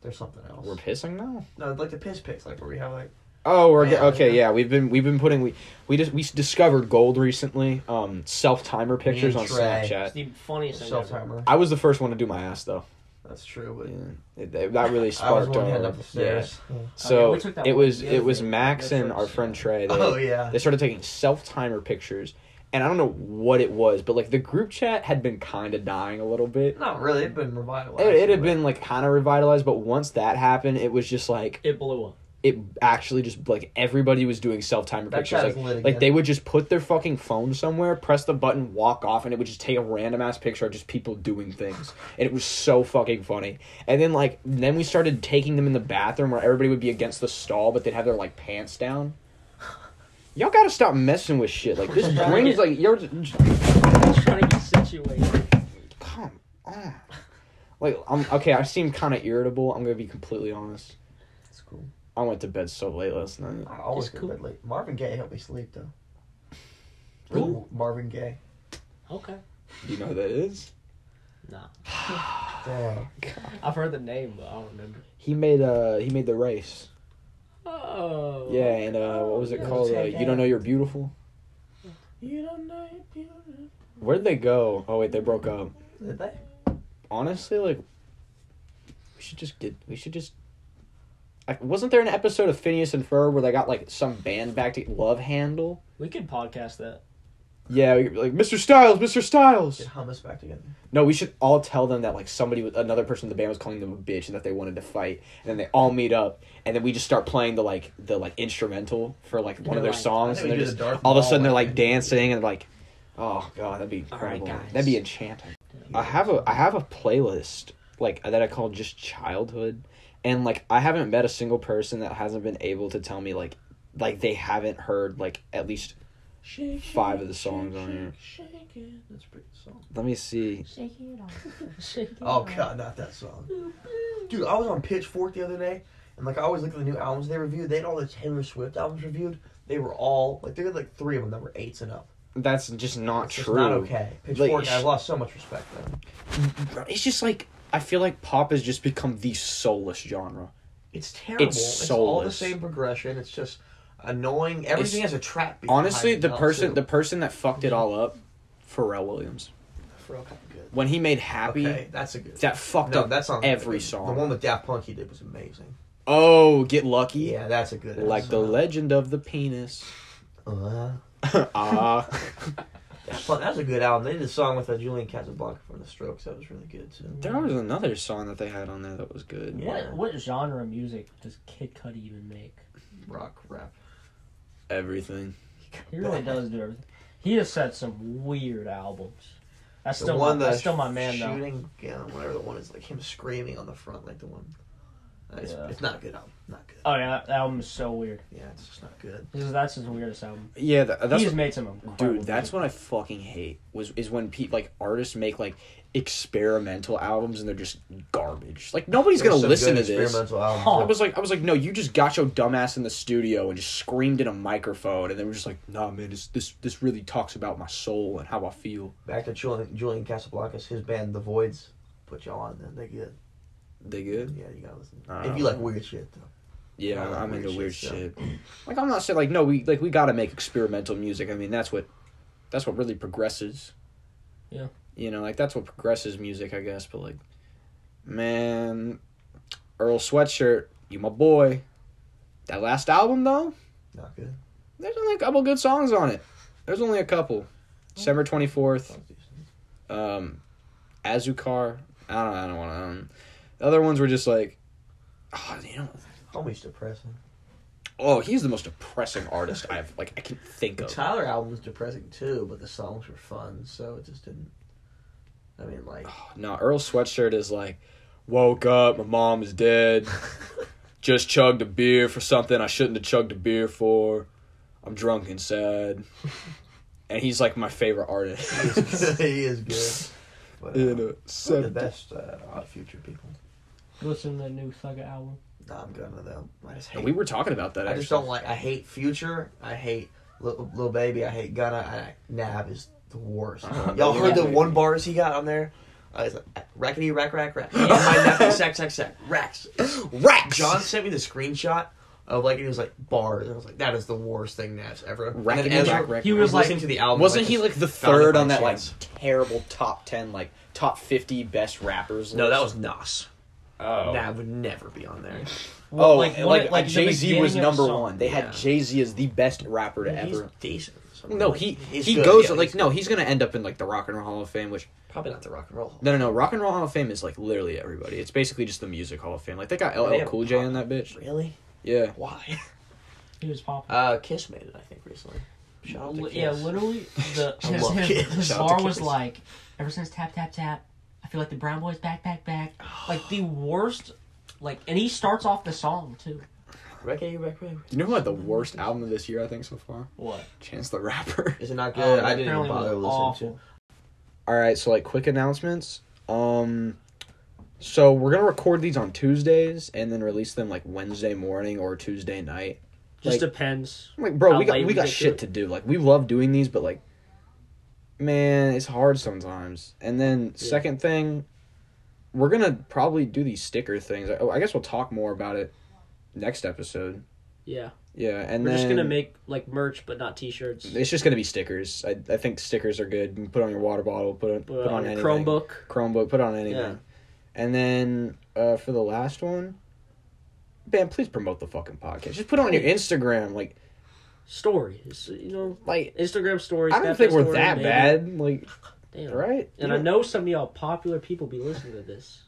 C: There's something else.
B: We're pissing now.
C: no, like the piss picks, like where we have like
B: Oh, we're
C: Yeah,
B: ge- okay.
C: yeah.
B: Yeah. we've been we've been putting we we just we discovered gold recently. Um, self timer pictures on
C: Trey.
A: It's
B: Snapchat.
A: the funniest thing
C: self
A: ever.
C: timer.
B: I was the first one to do my ass though.
C: That's true, but
B: Yeah. It- that- that really
C: I was
B: sparked
C: one heading
B: our
C: up the stairs.
B: yeah. So
A: we took that
B: it
A: one
B: was
A: the other
B: it was
A: day.
B: Max
A: Yeah,
B: and our
A: first,
B: friend Trey. They,
C: Oh yeah.
B: they started taking self timer pictures, and I don't know what it was, but like the group chat had been kind of dying a little bit.
C: Not really. It'd been revitalized.
B: It, it had been like kind of revitalized, but once that happened, it was just like
A: It blew up.
B: it actually just like everybody was doing self timer
C: That
B: pictures.
C: chat
B: Like,
C: is lit
B: like
C: again.
B: they would just put their fucking phone somewhere, press the button, walk off, and it would just take a random ass picture of just people doing things. And it was so fucking funny. And then like then we started taking them in the bathroom where everybody would be against the stall, but they'd have their like pants down. Y'all gotta stop messing with shit. Like this
A: Yeah.
B: brings like you're
A: Just trying to get situated.
B: come on. Like I'm okay. I seem kind of irritable. I'm gonna be completely honest.
C: It's cool.
B: I went to bed so late last night.
C: I always
A: It's
C: go
A: cool.
C: to bed late. Marvin Gaye helped me sleep though.
B: Really?
C: Ooh, Marvin Gaye.
A: Okay.
B: Do you know who that is?
A: Nah.
C: Damn.
A: I've heard the name, but I don't remember.
B: [sighs] He made uh he made the race.
A: Oh.
B: Yeah, and uh what was it
C: Yeah,
B: called?
C: take
B: Uh, you don't know you're beautiful.
C: You don't know you're beautiful.
B: Where'd they go? Oh wait, they broke up.
C: Did they?
B: Honestly, like we should just get we should just. I, wasn't there an episode of Phineas and Ferb where they got like some band back to Love Handle?
A: We could podcast that.
B: Yeah, we- like Mr. Styles, Mr. Styles.
C: Get hummus back together.
B: No, we should all tell them that like somebody, with another person in the band was calling them a bitch and that they wanted to fight, and then they all meet up, and then we just start playing the like the like instrumental for like one of
A: They're
B: their
A: like-
B: songs,
C: I
B: and
C: think
B: they're
C: we do
B: just
C: the Darth
B: all of a
C: Maul
B: sudden they're
C: one.
B: like dancing and like, oh god, that'd be
A: All right,
B: incredible,
A: guys.
B: that'd be enchanting. I have a I have a playlist like that I call just childhood, and like I haven't met a single person that hasn't been able to tell me like like they haven't heard like at least
C: Shake,
B: five of the songs on here.
C: shake, shake it. That's a pretty song.
B: Let me see.
G: Shake it off.
A: Shake it
C: Oh
A: off.
C: god, not that song. Dude, I was on Pitchfork the other day, and like I always look at the new albums they reviewed. They had all the Taylor Swift albums reviewed. They were all like they had like three of them that were eights and up.
B: That's just not
C: It's just
B: true.
C: not okay. Pitchfork,
B: sh-
C: I've lost so much respect for them.
B: It's just like I feel like pop has just become the soulless genre.
C: It's terrible. It's, all the
B: soulless.
C: same progression. It's just annoying. Everything
B: It's-
C: has a trap. beat
B: Honestly,
C: behind
B: the
C: it now,
B: person
C: too.
B: the person that fucked it all up, Pharrell Williams.
C: For all kind of good.
B: When he made Happy,
C: Okay, that's a good.
B: that fucked
C: no,
B: up
C: that's not
B: every
C: the,
B: song.
C: The one with Daft Punk he did was amazing.
B: oh, Get Lucky.
C: Yeah, that's a good.
B: Like the legend of the penis.
C: Uh,
B: [laughs] Ah.
C: Daft Punk, that was a good album. They did a song with uh, Julian Casablanca from The Strokes. That was really good too.
B: there was another song that they had on there that was good.
C: Yeah.
A: What what genre of music does Kid Cudi even make?
C: rock rap.
B: Everything.
A: He really does do everything. He has said some weird albums. That's
C: The
A: still
C: one
A: my,
C: that's
A: that's still my man though.
C: shooting gun, whatever the one is, like him screaming on the front, like the one. It's,
A: Yeah.
C: it's not a good album. Not good.
A: Oh yeah, that- that album is so weird.
C: Yeah, it's just not good.
A: This is- that's his weirdest album.
B: Yeah, tha- that's
A: He's
B: what-
A: made some incredible
B: dude that's what i fucking hate was is when people like artists make like experimental albums and they're just garbage like nobody's
C: There's
B: gonna
C: some
B: listen to
C: good
B: this
C: experimental albums.
A: Oh.
B: i was like i was like no you just got your dumbass in the studio and just screamed in a microphone and they were just like nah man this this, this really talks about my soul and how i feel
C: Back to Julian, Julian Casablancas, his band The Voids. Put y'all on them. They good.
B: they good
C: Yeah, you gotta listen.
B: I
C: if
B: don't
C: you like
B: know.
C: weird shit, though.
B: Uh, yeah
C: I like
B: i'm
C: weird
B: into
C: shit,
B: weird
C: so.
B: shit like i'm not saying like no we like we gotta make experimental music i mean that's what that's what really progresses
A: Yeah.
B: you know like that's what progresses music i guess but like man earl sweatshirt you my boy that last album though
C: Not good.
B: there's only a couple good songs on it there's only a couple december 24th
C: Sounds decent.
B: um azucar i don't i don't want to um, the other ones were just like oh you know
C: Homie's depressing.
B: oh he's the most depressing artist i've like i can think
C: The
B: of
C: Tyler album was depressing too, but the songs were fun, so it just didn't. I mean,
B: [laughs]
C: like. [laughs]
B: No, Earl Sweatshirt is like, woke up, my mom is dead. Just chugged a beer for something I shouldn't have chugged a beer for. I'm drunk
A: [laughs]
B: and sad. and he's like my favorite artist.
C: he is- [laughs] he is good. But,
B: In
C: uh,
B: a
C: one of the
B: seven-
C: best uh, Odd Future people.
A: Listen to the new Thugger album.
C: Nah, I'm gonna though. I just hate.
B: we were talking about that.
C: I just
B: actually.
C: don't like. I hate Future. I hate Lil, Lil Baby. I hate Gunna. I, Nav is the worst.
B: I don't know.
C: Y'all heard the
B: Uh-huh. Yeah.
C: one bars he got on there? I was like, rackety, rack, rack, rack. And my nephew, sack, sack, sack, racks.
B: Racks.
C: John sent me the screenshot of like, it was like bars. And I was like, that is the worst thing Nash ever. And then
B: Rackety,
C: Ezra-
B: rack, rack,
C: He
B: rack.
C: was listening to the album.
B: Wasn't
C: like,
B: he
C: just
B: like the
C: found it
B: third
C: by
B: on that like
C: chance.
B: terrible top ten, like top fifty best rappers?
C: No,
B: list?
C: that was Nas.
B: oh,
C: That would never be on there.
B: oh,
A: like,
B: like,
A: one
B: like,
A: at- like, the
B: Jay Z was
A: beginning of
B: number
A: some-
B: one. They
C: yeah.
B: had Jay Z as the best rapper to
C: He's
B: ever.
C: decent.
B: No, he
C: He's
B: he
C: good,
B: goes
C: yeah,
B: like
C: he's
B: no, he's gonna end up in like the Rock and Roll Hall of Fame, which
C: Probably not the rock and roll. Hall.
B: no no no, Rock and Roll Hall of Fame is like literally everybody. It's basically just the music Hall of Fame. Like they got
C: They
B: LL
C: have
B: Cool J in that bitch.
C: Really?
B: Yeah,
C: Why?
A: He was popping.
C: Uh, Kiss made it, I think, recently. Shout out to
A: Li-
C: Kiss.
A: yeah, literally, [laughs] the
C: I
A: his,
C: love
A: his,
C: kids.
A: his
B: Shout out to
A: bar was
B: kids.
A: like, ever since tap tap tap, I feel like the Brown Boys back back
B: [sighs]
A: back, like the worst. Like, and he starts off the song too.
C: Reggae, reggae, reggae.
B: you know who had the worst album of this year? I think so far,
A: What?
B: Chance the Rapper. [laughs]
C: Is Oh, it not good? I didn't even
A: Oh, Apparently it was
C: bother listening
A: awful.
B: All right, so like quick announcements. Um so we're going to record these on Tuesdays and then release them like Wednesday morning or Tuesday night.
A: Just
B: Like-
A: depends.
B: I'm like, bro,
A: How
B: we got
A: late
B: we
A: we
B: got
A: get to
B: shit
A: it.
B: to do. Like we love doing these, but like man, it's hard sometimes. And then second thing, we're going to probably do these sticker things. I, I guess we'll talk more about it next episode.
A: Yeah,
B: Yeah, and
A: we're
B: then
A: just gonna make like merch, but not T-shirts.
B: it's just gonna be stickers. I, I think stickers are good. You can put on your water bottle. Put on
A: Put
B: put on
A: on your
B: anything.
A: Chromebook.
B: Chromebook. Put on anything.
C: Yeah.
B: And then uh, for the last one, man, please promote the fucking podcast. Just put it on your Instagram. Like
A: stories. You know,
B: like
A: Instagram stories.
B: I don't
A: that
B: think
A: best
B: we're
A: story,
B: that
A: maybe.
B: bad. Like
A: Damn.
B: right?
A: And I
B: You
A: know some of y'all popular people be listening to this.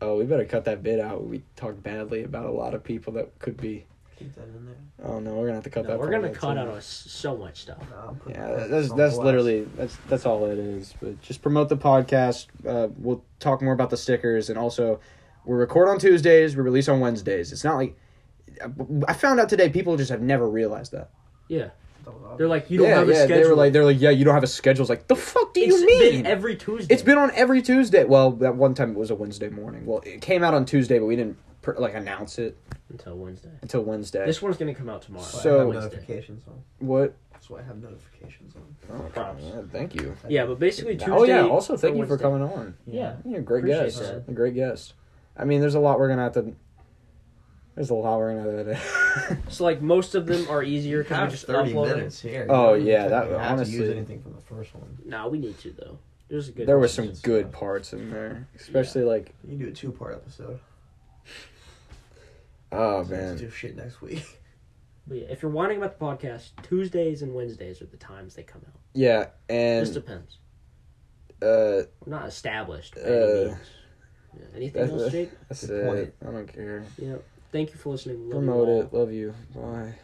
B: Oh, we better cut that bit out. We talked badly about a lot of people that could be.
C: Keep that in there.
B: Oh no, we're gonna have to cut
A: No,
B: that.
A: we're
B: part
A: gonna
B: out,
A: cut
B: too.
A: out on s- so much stuff.
C: Nah, I'm putting
B: Yeah,
C: that
B: that's
C: on
B: that's
C: blast.
B: literally that's that's all it is. But just promote the podcast. Uh, we'll talk more about the stickers, and also we record on Tuesdays. We release on Wednesdays. It's not like I found out today. People just have never realized that.
A: Yeah,
C: That was awesome.
A: they're like you don't
B: yeah,
A: have a
B: yeah.
A: schedule.
B: They were like, they're like, yeah, you don't have a schedule. It's like the fuck do you
A: It's
B: mean?
A: been every Tuesday.
B: it's been on every Tuesday. Well, that one time it was a Wednesday morning. Well, it came out on Tuesday, but we didn't pr- like announce it
A: until Wednesday.
B: until Wednesday.
A: This one's gonna come out tomorrow.
C: That's why I
B: So-
C: have
A: Wednesday.
C: notifications on.
B: what?
C: That's why I have notifications on.
B: Oh,
A: Props.
B: yeah, thank you.
A: yeah, but basically Tuesday.
B: oh yeah. Also, thank
A: or
B: you for
A: Wednesday.
B: coming on.
A: Yeah,
B: Yeah, great
A: Appreciate
B: guess.
A: that.
B: A great guess. I mean, there's a lot we're gonna have to. There's a lot we're gonna have to. [laughs]
A: so like most of them are easier because we
C: Couch
A: just
C: 30
A: upload them.
C: minutes here.
B: Oh,
C: You don't
B: yeah, that-
C: technically have to use
B: honestly-
C: anything from the first one.
A: Nah, we need to though. There's a good.
B: there were some good parts in there, especially like
C: You can do a two part episode.
B: oh
C: So let's
B: man,
C: do shit next week.
A: But yeah, if you're whining about the podcast, Tuesdays and Wednesdays are the times they come out.
B: yeah,
A: This
B: and
A: depends.
B: uh,
A: We're not established. By any
B: Uh,
A: means. Yeah. Anything else, Jake?
B: that's
C: Good point.
B: it. I don't care.
A: Yeah. Thank you for listening. Love you
B: Promote
A: all.
B: it. Love you. Bye.